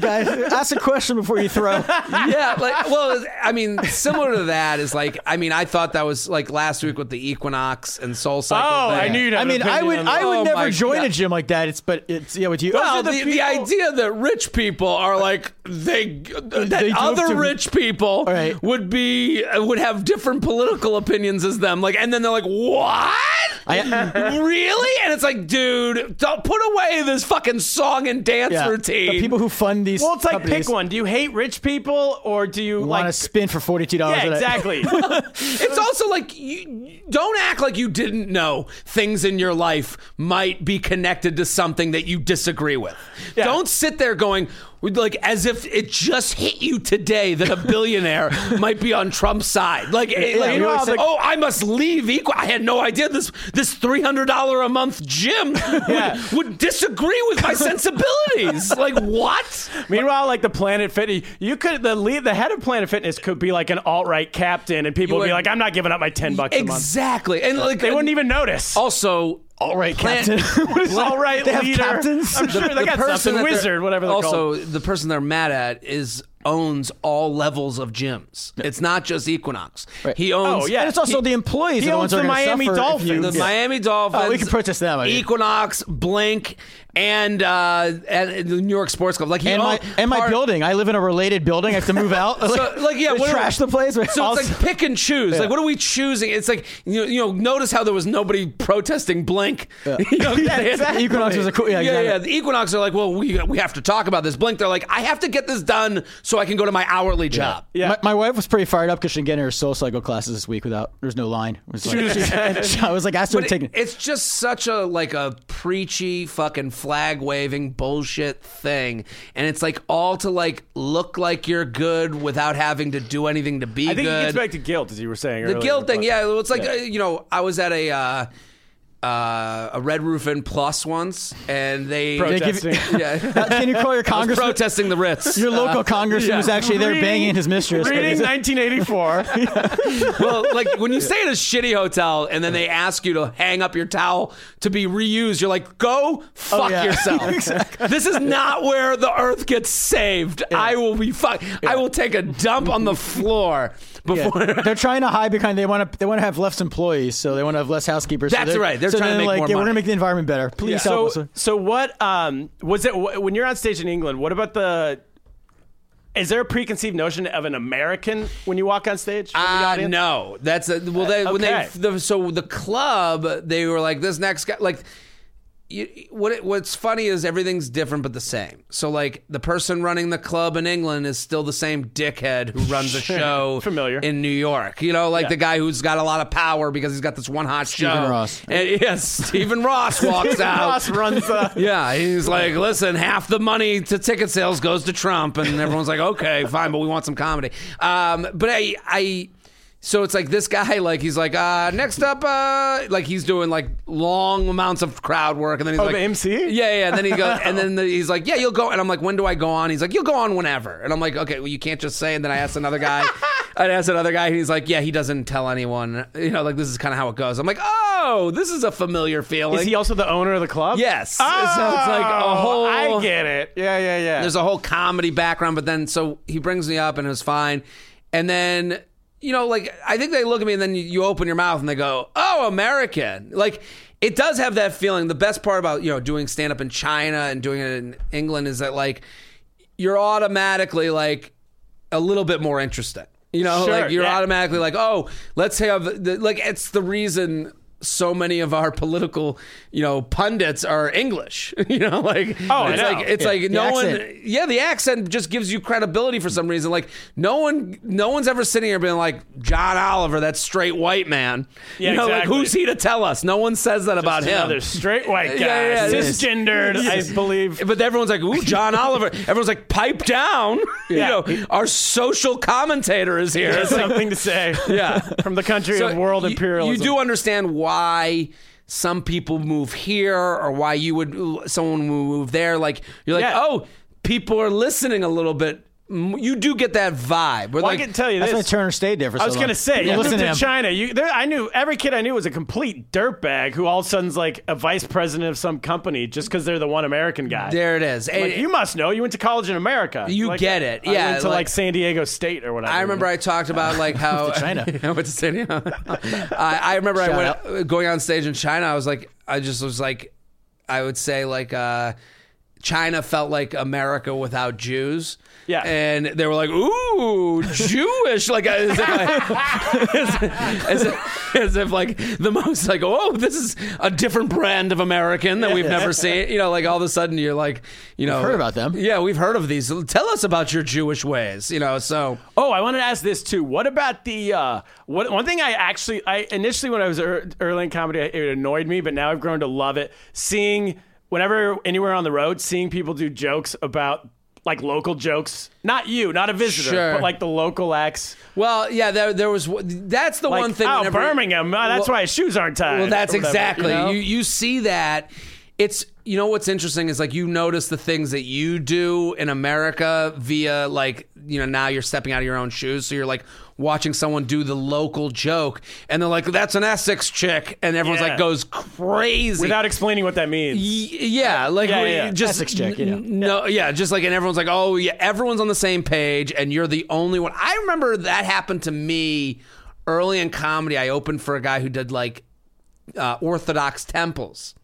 Speaker 5: guys. Ask a question before you throw.
Speaker 7: yeah, like, well, I mean, similar to that is like, I mean, I thought that was like last week with the Equinox and Soul
Speaker 4: oh,
Speaker 7: Cycle.
Speaker 4: I knew you'd have
Speaker 5: I
Speaker 4: an
Speaker 5: mean, I
Speaker 4: opinion
Speaker 5: would,
Speaker 4: on that.
Speaker 5: I would
Speaker 7: Oh my
Speaker 5: never join a
Speaker 7: God.
Speaker 5: gym like that. It's but it's yeah, with you.
Speaker 7: Well,
Speaker 5: Those are
Speaker 7: the, the,
Speaker 5: people-
Speaker 7: idea that rich people are like, like they, that
Speaker 5: They drove
Speaker 7: other
Speaker 5: to-
Speaker 7: rich people
Speaker 5: Right.
Speaker 7: would be would have different political opinions as them. Like, and then they're like, what?
Speaker 5: I-
Speaker 7: really? And it's like, dude, don't put away this fucking song and dance
Speaker 5: Yeah.
Speaker 7: routine.
Speaker 5: The people who fund these
Speaker 4: Well, it's like
Speaker 5: companies
Speaker 4: pick one. Do you hate rich people or do you
Speaker 5: want to
Speaker 4: like?
Speaker 5: spin for forty two dollars.
Speaker 4: Yeah, exactly.
Speaker 7: It's also like you don't act like you didn't know things in your life might be connected to something that you disagree with.
Speaker 4: Yeah.
Speaker 7: Don't sit there going like as if it just hit you today that a billionaire might be on Trump's side. Like, it-
Speaker 5: yeah,
Speaker 7: like,
Speaker 5: we
Speaker 7: meanwhile,
Speaker 5: always
Speaker 7: like,
Speaker 5: say-
Speaker 7: oh, I must leave. Equal. I had no idea this this three hundred dollar a month gym
Speaker 4: Yeah.
Speaker 7: would, would disagree with my sensibilities. like what?
Speaker 4: Meanwhile, like the Planet Fitness, you could the lead, the head of Planet Fitness could be like an alt right captain, and people
Speaker 7: You
Speaker 4: would be
Speaker 7: would-
Speaker 4: like, "I'm not giving up my ten bucks a month."
Speaker 7: Exactly, and like
Speaker 4: They wouldn't even notice.
Speaker 7: Also, all right,
Speaker 5: captain. What is
Speaker 4: all right,
Speaker 5: They have
Speaker 4: leader.
Speaker 5: captains?
Speaker 4: I'm sure they got
Speaker 7: person
Speaker 4: something.
Speaker 7: that they're-
Speaker 4: Wizard, whatever they're
Speaker 7: also,
Speaker 4: called.
Speaker 7: the person they're mad at is owns all levels of gyms. It's not just Equinox.
Speaker 5: Right.
Speaker 7: He owns
Speaker 4: Oh, yeah.
Speaker 5: And it's also
Speaker 4: He-
Speaker 5: the employees.
Speaker 4: he
Speaker 5: are the
Speaker 4: owns
Speaker 5: ones who are
Speaker 4: the
Speaker 5: gonna
Speaker 4: Miami
Speaker 5: suffer if you-
Speaker 7: the
Speaker 4: Dolphins.
Speaker 5: Yeah.
Speaker 7: Miami Dolphins.
Speaker 5: Oh, we can protest them, I mean.
Speaker 7: Equinox, Blink, and uh, and the New York Sports Club. Like he
Speaker 5: and my
Speaker 7: owned
Speaker 5: and my
Speaker 7: part-
Speaker 5: building. I live in a related building. I have to move out.
Speaker 7: So, like, yeah,
Speaker 5: they
Speaker 7: what are-
Speaker 5: trash the place. but
Speaker 7: So
Speaker 5: also-
Speaker 7: it's like pick and choose.
Speaker 5: Yeah.
Speaker 7: Like, what are we choosing? It's like you know, you know notice how there was nobody protesting Blink. You know, that-
Speaker 5: exactly. Equinox was a cool- yeah,
Speaker 7: yeah,
Speaker 5: exactly.
Speaker 7: The Equinox are like, well, we we have to talk about this. Blink, they're like, I have to get this done so I can go to my hourly job.
Speaker 4: Yeah.
Speaker 5: My, my wife was pretty fired up because she didn't get in her soul cycle classes this week without there was no line. It was like- I was like, I
Speaker 7: But
Speaker 5: started taking.
Speaker 7: it- it's just such a like a preachy fucking flag waving bullshit thing, and it's like all to like look like you're good without having to do anything to be
Speaker 4: I think
Speaker 7: good.
Speaker 4: it gets back to guilt, as you were saying.
Speaker 7: the
Speaker 4: earlier.
Speaker 7: guild thing,
Speaker 4: But-
Speaker 7: yeah. Well, It's like uh, you know, I was at a uh, uh, a Red Roof Inn Plus once, and they
Speaker 4: Protest.
Speaker 5: They give you-
Speaker 4: Testing.
Speaker 7: yeah,
Speaker 5: Uh, Can you call
Speaker 7: I
Speaker 5: your
Speaker 7: was
Speaker 5: congressman?
Speaker 7: protesting the Ritz.
Speaker 5: Your
Speaker 7: Uh,
Speaker 5: local congressman
Speaker 7: yeah.
Speaker 5: was actually there
Speaker 4: Reading-
Speaker 5: banging his mistress.
Speaker 4: Reading 1984.
Speaker 7: well, like when you stay at a shitty hotel and then they ask you to hang up your towel to be reused, you're like, go fuck
Speaker 5: Oh, yeah.
Speaker 7: yourself. This is not where the earth gets saved. I will be fuck. I will take a dump on the floor
Speaker 5: Yeah.
Speaker 7: before.
Speaker 5: they're trying to hide behind. They want to. They want to have less employees, so they want to have less housekeepers. So
Speaker 7: That's right. They're
Speaker 5: so
Speaker 7: trying to
Speaker 5: they're
Speaker 7: make
Speaker 5: like,
Speaker 7: more
Speaker 5: yeah, We're
Speaker 7: money.
Speaker 5: gonna make the environment better. Please help
Speaker 4: so,
Speaker 5: us.
Speaker 4: so what um, was it wh- when you're on stage in England? What about the? Is there a preconceived notion of an American when you walk on stage? from the
Speaker 7: Uh,
Speaker 4: audience?
Speaker 7: no, that's a, well. They, when they
Speaker 4: Okay.
Speaker 7: the, so the club, they were like this next guy. Like, you, what it, what's funny is everything's different but the same. So like the person running the club in England is still the same dickhead who runs a show
Speaker 4: Familiar.
Speaker 7: in New York. You know, like the guy who's got a lot of power because he's got this one hot show.
Speaker 5: Ross.
Speaker 7: And, yes, Stephen Ross walks
Speaker 4: Stephen
Speaker 7: out.
Speaker 4: Ross runs the.
Speaker 7: Yeah, he's like, listen, half the money to ticket sales goes to Trump, and everyone's like, okay, fine, but we want some comedy. Um, but I, I, so it's like this guy, like he's like, uh, next up, uh, like he's doing like long amounts of crowd work, and then he's
Speaker 4: Oh,
Speaker 7: like,
Speaker 4: the MC?
Speaker 7: yeah, yeah. And then he goes, and then the, he's like, yeah, you'll go, and I'm like, when do I go on? He's like, you'll go on whenever, and I'm like, okay, well, you can't just say. And then I asked another guy. I asked another guy, and he's like, "Yeah, he doesn't tell anyone." You know, like this is kind of how it goes. I'm like, "Oh, this is a familiar feeling."
Speaker 4: Is he also the owner of the club?
Speaker 7: Yes. Oh,
Speaker 4: Oh,
Speaker 7: So it's like a whole-
Speaker 4: I get it. Yeah, yeah, yeah.
Speaker 7: there's a whole comedy background, but then so he brings me up and it was fine. And then, you know, like I think they look at me and then you, you open your mouth and they go, Oh, American. Like it does have that feeling. The best part about, you know, doing stand up in China and doing it in England is that like you're automatically like a little bit more interested. You know,
Speaker 4: Sure,
Speaker 7: like you're
Speaker 4: yeah.
Speaker 7: automatically like, oh, let's have the, like it's the reason so many of our political, you know, pundits are English. you know, like
Speaker 4: Oh, I
Speaker 7: it's
Speaker 4: know.
Speaker 7: like it's like
Speaker 5: the
Speaker 7: no
Speaker 5: accent.
Speaker 7: one yeah, the accent just gives you credibility for some reason. Like no one no one's ever sitting here being like John Oliver, that straight white man.
Speaker 4: Yeah,
Speaker 7: you know,
Speaker 4: exactly.
Speaker 7: like who's he to tell us? No one says that about him.
Speaker 4: Another straight white guy,
Speaker 7: Yeah, yeah, yeah.
Speaker 4: cisgendered, I believe.
Speaker 7: But everyone's like, ooh, John Oliver. Everyone's like, pipe down.
Speaker 4: Yeah.
Speaker 7: You know, our social commentator is here.
Speaker 4: There's
Speaker 7: It's like,
Speaker 4: something to say.
Speaker 7: yeah.
Speaker 4: From the country
Speaker 7: So
Speaker 4: of world
Speaker 7: you-
Speaker 4: imperialism.
Speaker 7: You do understand why some people move here or why you would someone would move there. Like you're like,
Speaker 4: Yeah.
Speaker 7: oh, people are listening a little bit. M- You do get that vibe. We're
Speaker 4: Well,
Speaker 7: like,
Speaker 4: I can tell you
Speaker 5: That's why
Speaker 4: this.
Speaker 5: Turner stayed there for so
Speaker 4: I was
Speaker 5: long.
Speaker 4: gonna say,
Speaker 5: Yeah,
Speaker 4: you
Speaker 5: listen
Speaker 4: listen
Speaker 5: to
Speaker 4: to
Speaker 5: him.
Speaker 4: China. You, there, I knew every kid I knew was a complete dirtbag who all of a sudden's like a vice president of some company just because they're the one American guy.
Speaker 7: there it is.
Speaker 4: Like,
Speaker 7: And-
Speaker 4: you must know. You went to college in America.
Speaker 7: You
Speaker 4: Like,
Speaker 7: get it.
Speaker 4: I
Speaker 7: Yeah,
Speaker 4: went to like,
Speaker 7: like-
Speaker 4: San Diego State or whatever.
Speaker 7: I remember I talked about like how
Speaker 5: to Uh, China.
Speaker 7: I went to San Diego. I, I remember I
Speaker 5: Shout
Speaker 7: went going on stage in China. I was like, I just was like, I would say like, uh, China felt like America without Jews.
Speaker 4: Yeah.
Speaker 7: And they were like, ooh, Jewish. like, as if, like as, as if, as if, like, the most, like, oh, this is a different brand of American that we've never seen. You know, like, all of a sudden you're like, you know.
Speaker 5: heard about them.
Speaker 7: Yeah, we've heard of these. Tell us about your Jewish ways, you know, so.
Speaker 4: Oh, I wanted to ask this too. What about the uh, what? One thing I actually, I initially when I was er, early in comedy, it annoyed me, but now I've grown to love it. Seeing whenever anywhere on the road, seeing people do jokes about like local jokes, not you, not a visitor,
Speaker 7: Sure.
Speaker 4: but like the local acts.
Speaker 7: Well, yeah, there, there was. That's the
Speaker 4: Like,
Speaker 7: one thing.
Speaker 4: oh,
Speaker 7: whenever-
Speaker 4: Birmingham, uh, that's
Speaker 7: Well-
Speaker 4: why his shoes aren't tied.
Speaker 7: Well, that's
Speaker 4: or whatever,
Speaker 7: exactly.
Speaker 4: You,
Speaker 7: You,
Speaker 4: know?
Speaker 7: you see that. It's you know what's interesting is like you notice the things that you do in America via like you know now you're stepping out of your own shoes so you're like watching someone do the local joke and they're like that's an Essex chick and everyone's
Speaker 4: Yeah.
Speaker 7: like goes crazy
Speaker 4: without explaining what that means.
Speaker 7: Y- yeah, like
Speaker 4: Yeah,
Speaker 7: we-
Speaker 4: yeah.
Speaker 7: just
Speaker 5: Essex chick,
Speaker 7: n-
Speaker 5: yeah.
Speaker 7: n- No, yeah, just like and everyone's like, oh yeah, everyone's on the same page, and you're the only one. I remember that happened to me early in comedy. I opened for a guy who did like uh, Orthodox temples.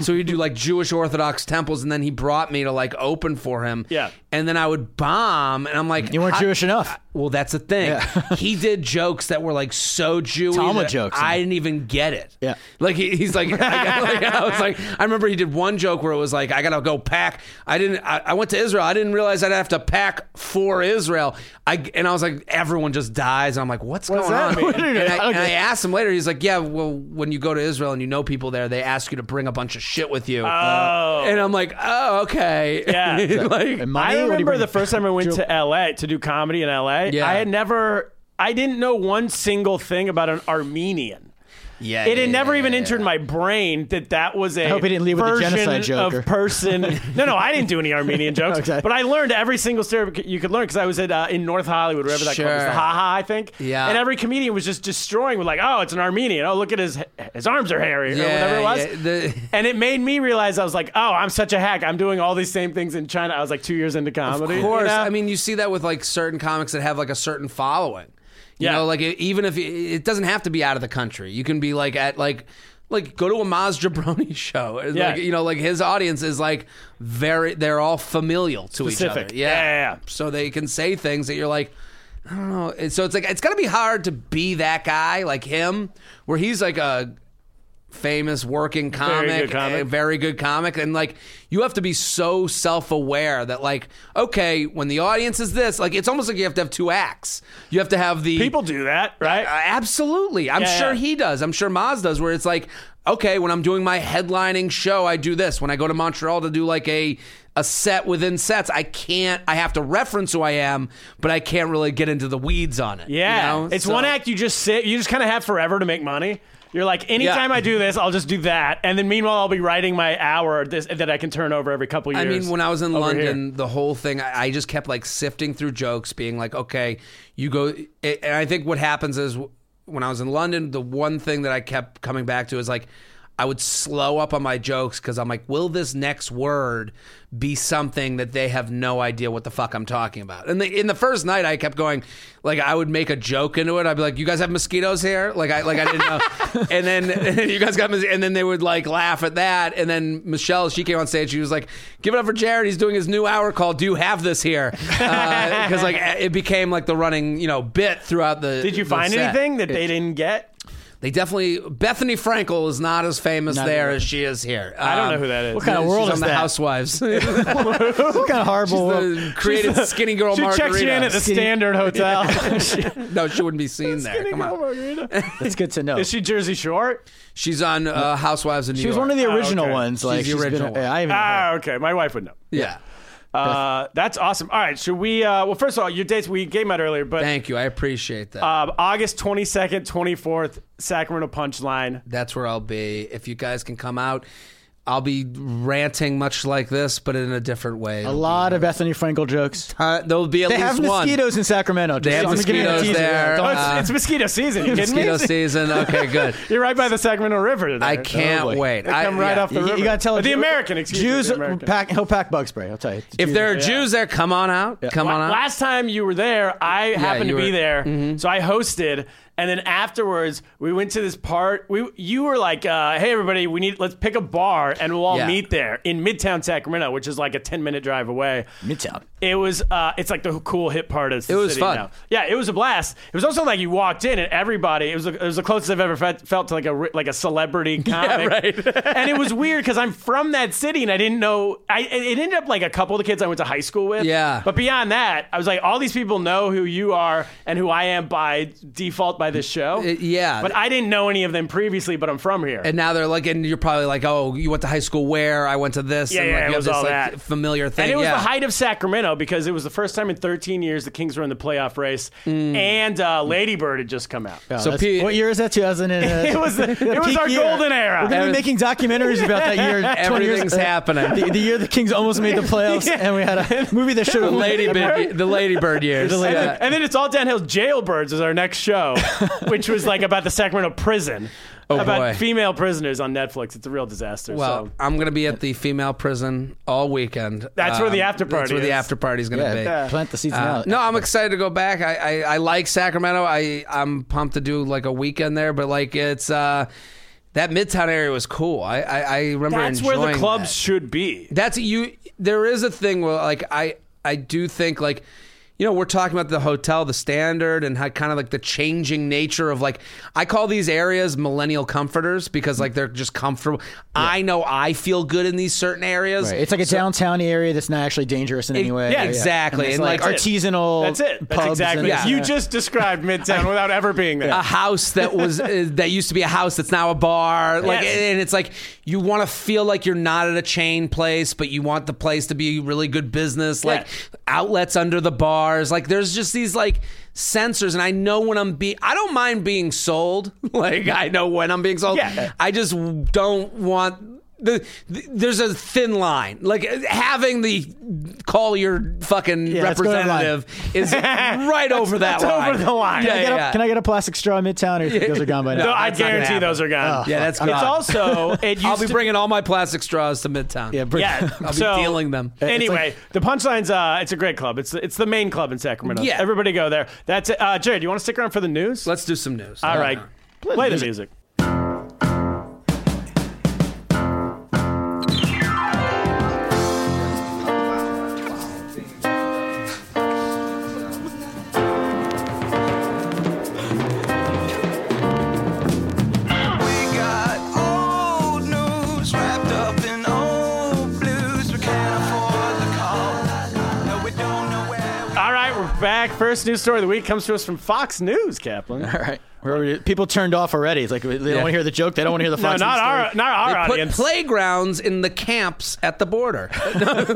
Speaker 7: so he'd do like Jewish Orthodox temples, and then he brought me to like open for him.
Speaker 4: Yeah.
Speaker 7: and then I would bomb, and I'm like,
Speaker 5: You weren't
Speaker 7: "How-
Speaker 5: Jewish enough.
Speaker 7: well, that's the thing. he did jokes that were like so Jewish.
Speaker 5: Talmud jokes.
Speaker 7: I didn't even get it.
Speaker 5: Yeah.
Speaker 7: Like he, he's like, I, like, I was like, I remember he did one joke where it was like, I gotta go pack. I didn't. I, I went to Israel. I didn't realize I'd have to pack for Israel. I and I was like, everyone just dies. And I'm like, what's
Speaker 4: does
Speaker 7: going on?
Speaker 4: that mean?
Speaker 7: And, I, and I asked him later. He's like, yeah. Well, when you go to Israel and you know people there, they ask you to bring a bunch of shit with you.
Speaker 4: Oh.
Speaker 7: And I'm like, oh, okay.
Speaker 4: Yeah.
Speaker 7: like,
Speaker 5: And
Speaker 4: I
Speaker 5: money? What do you
Speaker 4: remember
Speaker 5: bring?
Speaker 4: the first time I went to LA to do comedy in LA.
Speaker 7: Yeah.
Speaker 4: I had never, I didn't know one single thing about an Armenian.
Speaker 7: yeah.
Speaker 4: It had
Speaker 7: yeah,
Speaker 4: never
Speaker 7: yeah,
Speaker 4: even
Speaker 7: yeah.
Speaker 4: entered my brain that that was a
Speaker 5: hope he didn't leave with the
Speaker 4: version
Speaker 5: genocide joke
Speaker 4: of
Speaker 5: or-
Speaker 4: person. no, no, I didn't do any Armenian jokes,
Speaker 5: Okay.
Speaker 4: but I learned every single stereotype you could learn because I was at uh, in North Hollywood, wherever that club was,
Speaker 7: Sure.
Speaker 4: the Ha Ha, I think.
Speaker 7: Yeah.
Speaker 4: And every comedian was just destroying with like, oh, it's an Armenian. Oh, look at his his arms are hairy or
Speaker 7: Yeah,
Speaker 4: whatever it was.
Speaker 7: yeah, the-
Speaker 4: and it made me realize I was like, oh, I'm such a hack. I'm doing all these same things in China. I was like two years into comedy.
Speaker 7: Of
Speaker 4: you
Speaker 7: course.
Speaker 4: know?
Speaker 7: I mean, you see that with like certain comics that have like a certain following. You
Speaker 4: Yeah.
Speaker 7: know, like it, even if it, it doesn't have to be out of the country, you can be like at like like go to a Maz Jabroni show. It's
Speaker 4: Yeah.
Speaker 7: Like, you know, like his audience is like very they're all familial to each
Speaker 4: Specific.
Speaker 7: other.
Speaker 4: Yeah, yeah, yeah.
Speaker 7: So they can say things that you're like I don't know. And So it's like it's got to be hard to be that guy like him where he's like a famous working comic,
Speaker 4: good comic.
Speaker 7: a very good comic, and like you have to be so self-aware that like okay, when the audience is this, like it's almost like you have to have two acts. You have to have the
Speaker 4: people do that, right?
Speaker 7: Uh, absolutely. I'm
Speaker 4: Yeah,
Speaker 7: sure
Speaker 4: yeah.
Speaker 7: he does. I'm sure Maz does. Where it's like okay, when I'm doing my headlining show, I do this. When I go to Montreal to do like a a set within sets, I can't. I have to reference who I am, but I can't really get into the weeds on it. you
Speaker 4: Yeah.
Speaker 7: know?
Speaker 4: It's
Speaker 7: So-
Speaker 4: one act you just sit, you just kind of have forever to make money. You're like, anytime
Speaker 7: Yeah.
Speaker 4: I do this, I'll just do that. And then meanwhile, I'll be writing my hour this, that I can turn over every couple years.
Speaker 7: I mean, when I was in
Speaker 4: over
Speaker 7: London,
Speaker 4: here.
Speaker 7: the whole thing, I, I just kept like sifting through jokes, being like, okay, you go. it- And I think what happens is w- when I was in London, the one thing that I kept coming back to is like, I would slow up on my jokes because I'm like, will this next word be something that they have no idea what the fuck I'm talking about? And the, in the first night, I kept going, like I would make a joke into it. I'd be like, "You guys have mosquitoes here?" Like I, like I didn't know. and then you guys got, mos- and then they would like laugh at that. And then Michelle, she came on stage. She was like, "Give it up for Jared. He's doing his new hour called. Do you have this here?" Because like it became like the running, you know, bit throughout the.
Speaker 4: did you
Speaker 7: the
Speaker 4: find
Speaker 7: set.
Speaker 4: anything that they didn't get?
Speaker 7: They definitely. Bethany Frankel is not as famous there as she is here. Um,
Speaker 4: I don't know who that is.
Speaker 5: What kind of world
Speaker 7: She's
Speaker 5: is
Speaker 7: on the
Speaker 5: that?
Speaker 7: Housewives.
Speaker 5: what kind of horrible?
Speaker 7: the created skinny girl
Speaker 4: She
Speaker 7: margarita.
Speaker 4: checks you in at the Standard Hotel.
Speaker 7: no, she wouldn't be seen there.
Speaker 4: Skinny
Speaker 7: Come on.
Speaker 4: girl
Speaker 7: Oh.
Speaker 4: margarita.
Speaker 5: It's good to know.
Speaker 4: Is she Jersey Shore?
Speaker 7: She's on uh, Housewives of New
Speaker 5: She was
Speaker 7: York.
Speaker 5: one of the original
Speaker 4: Ah, okay.
Speaker 5: ones. Like
Speaker 7: the
Speaker 5: she's been-
Speaker 7: original one.
Speaker 5: yeah, I even.
Speaker 4: Ah, okay. My wife would know.
Speaker 7: yeah.
Speaker 4: Uh, that's awesome. All right. Should we? Uh, well, first of all, your dates we gave them out earlier, but
Speaker 7: Thank you. I appreciate that.
Speaker 4: um, August 22nd, 24th, Sacramento Punchline.
Speaker 7: That's where I'll be. If you guys can come out, I'll be ranting much like this, but in a different way.
Speaker 5: a lot of Bethany Frankel jokes.
Speaker 7: Uh, there'll be at
Speaker 5: They
Speaker 7: least
Speaker 5: have
Speaker 7: one.
Speaker 5: mosquitoes in Sacramento.
Speaker 7: They have
Speaker 5: Just- I'm giving you a
Speaker 7: mosquitoes
Speaker 5: teaser.
Speaker 7: there.
Speaker 4: Oh,
Speaker 5: Don't-
Speaker 4: it's,
Speaker 7: Uh,
Speaker 4: it's mosquito season. You kidding me?
Speaker 7: Mosquito season. Okay, good.
Speaker 4: You're right by the Sacramento River today.
Speaker 7: I can't
Speaker 5: Oh, boy.
Speaker 7: wait.
Speaker 4: They
Speaker 7: I-
Speaker 4: come right
Speaker 7: yeah.
Speaker 4: off the
Speaker 5: You,
Speaker 4: river.
Speaker 5: you gotta tell
Speaker 4: the
Speaker 5: Jew-
Speaker 4: American. Excuse
Speaker 5: Jews.
Speaker 4: me, the American.
Speaker 5: Pack, he'll pack bug spray. I'll tell you.
Speaker 7: If
Speaker 5: Jews-
Speaker 7: there are Jews there, come on out. Come on out.
Speaker 4: Last time you were there, I happened
Speaker 7: you
Speaker 4: to be
Speaker 7: were- Mm-hmm.
Speaker 4: there, so I hosted, And then afterwards, we went to this part. We you were like, uh, "Hey, everybody, we need let's pick a bar and we'll all
Speaker 7: Yeah.
Speaker 4: meet there in Midtown Sacramento, which is like a ten minute drive away."
Speaker 5: Midtown.
Speaker 4: It was uh, it's like the cool hip part of the
Speaker 7: It was
Speaker 4: city
Speaker 7: fun.
Speaker 4: now. Yeah, it was a blast. It was also like you walked in and everybody. It was it was the closest I've ever felt, felt to like a ri- like a celebrity comic.
Speaker 7: right.
Speaker 4: and it was weird because I'm from that city and I didn't know. I it ended up like a couple of the kids I went to high school with.
Speaker 7: Yeah.
Speaker 4: But beyond that, I was like, all these people know who you are and who I am by default by this show.
Speaker 7: Uh, yeah.
Speaker 4: But I didn't know any of them previously. But I'm from here.
Speaker 7: And now they're like, and you're probably like, oh, you went to high school where? I went to this.
Speaker 4: Yeah,
Speaker 7: and
Speaker 4: yeah,
Speaker 7: like,
Speaker 4: it
Speaker 7: you have
Speaker 4: was
Speaker 7: this
Speaker 4: all
Speaker 7: like
Speaker 4: that.
Speaker 7: familiar thing.
Speaker 4: And it was
Speaker 7: yeah.
Speaker 4: the height of Sacramento because it was the first time in 13 years the Kings were in the playoff race,
Speaker 7: Mm.
Speaker 4: and uh, Lady Bird had just come out.
Speaker 7: So P-
Speaker 5: what year is that? 2000.
Speaker 4: It was the- it was our golden era.
Speaker 5: We're gonna
Speaker 7: Everyth-
Speaker 5: be making documentaries about that year. 20 years-
Speaker 7: Everything's
Speaker 5: uh,
Speaker 7: happening.
Speaker 5: The, the year the Kings almost made the playoffs, and we had a movie that showed
Speaker 7: the lady bird, the lady bird years.
Speaker 4: And,
Speaker 7: Yeah.
Speaker 4: then, and then it's all downhill. Jailbirds is our next show, which was like about the Sacramento prison,
Speaker 7: Oh,
Speaker 4: about
Speaker 7: boy.
Speaker 4: female prisoners on Netflix. It's a real disaster.
Speaker 7: Well,
Speaker 4: so.
Speaker 7: I'm gonna be at the female prison all weekend. Um,
Speaker 4: That's where the after
Speaker 7: That's
Speaker 4: party
Speaker 7: where
Speaker 4: is.
Speaker 7: the after party's gonna be.
Speaker 5: Yeah, plant the seeds
Speaker 7: Uh,
Speaker 5: now.
Speaker 7: no, I'm excited to go back. I, I, I like Sacramento. I I'm pumped to do like a weekend there, but like it's uh that Midtown area was cool. I I, I remember
Speaker 4: that's where the
Speaker 7: enjoying
Speaker 4: clubs
Speaker 7: that.
Speaker 4: should be.
Speaker 7: That's you. There is a thing where like I I do think like. You know, we're talking about the hotel, the standard, and how kind of like the changing nature of like I call these areas millennial comforters because like they're just comfortable. I know I feel good in these certain areas.
Speaker 5: Right. It's like a downtown area that's not actually dangerous in any way.
Speaker 7: yeah, exactly.
Speaker 5: And, it's
Speaker 7: And,
Speaker 5: like,
Speaker 7: like,
Speaker 4: That's it.
Speaker 5: artisanal.
Speaker 4: That's it. That's
Speaker 5: pubs
Speaker 4: exactly.
Speaker 5: And,
Speaker 7: Yeah.
Speaker 4: You just described Midtown without ever being there.
Speaker 7: a house that was uh, that used to be a house that's now a bar like
Speaker 4: Yes.
Speaker 7: and it's like you want to feel like you're not at a chain place but you want the place to be really good business like outlets under the bars like there's just these like sensors and I know when I'm be I don't mind being sold like I know when I'm being sold
Speaker 4: Yeah.
Speaker 7: I just don't want the, the- there's a thin line. Like having the call your fucking
Speaker 5: let's go to that line.
Speaker 7: representative is right over that
Speaker 4: that's
Speaker 7: line.
Speaker 4: over the line.
Speaker 7: Yeah,
Speaker 5: Can I get a-
Speaker 7: yeah.
Speaker 5: can I get a plastic straw midtown, or you think those are gone by now?
Speaker 4: No, I
Speaker 7: that's not gonna
Speaker 4: guarantee
Speaker 7: happen.
Speaker 4: those are gone.
Speaker 7: Yeah, that's
Speaker 4: it's
Speaker 7: gone.
Speaker 4: also. It used
Speaker 7: Oh, I'll be
Speaker 4: to-
Speaker 7: bringing all my plastic straws to Midtown.
Speaker 5: yeah, bring-
Speaker 4: Yeah,
Speaker 7: I'll be
Speaker 4: so-
Speaker 7: dealing them.
Speaker 4: Anyway, the punchline's uh, it's a great club. It's it's the main club in Sacramento.
Speaker 7: Yeah.
Speaker 4: everybody go there. That's it. Uh, Jared, you want to stick around for the news?
Speaker 7: Let's do some news.
Speaker 4: All right, play the music. All right, we're back. First news story of the week comes to us from Fox News, Kaplan.
Speaker 5: All right. We're already- people turned off already. It's like they don't want to hear the joke. They don't want to hear the
Speaker 4: No,
Speaker 5: Fox
Speaker 4: not
Speaker 5: News story.
Speaker 4: our, not our
Speaker 7: They put
Speaker 4: audience.
Speaker 7: playgrounds in the camps at the border. That's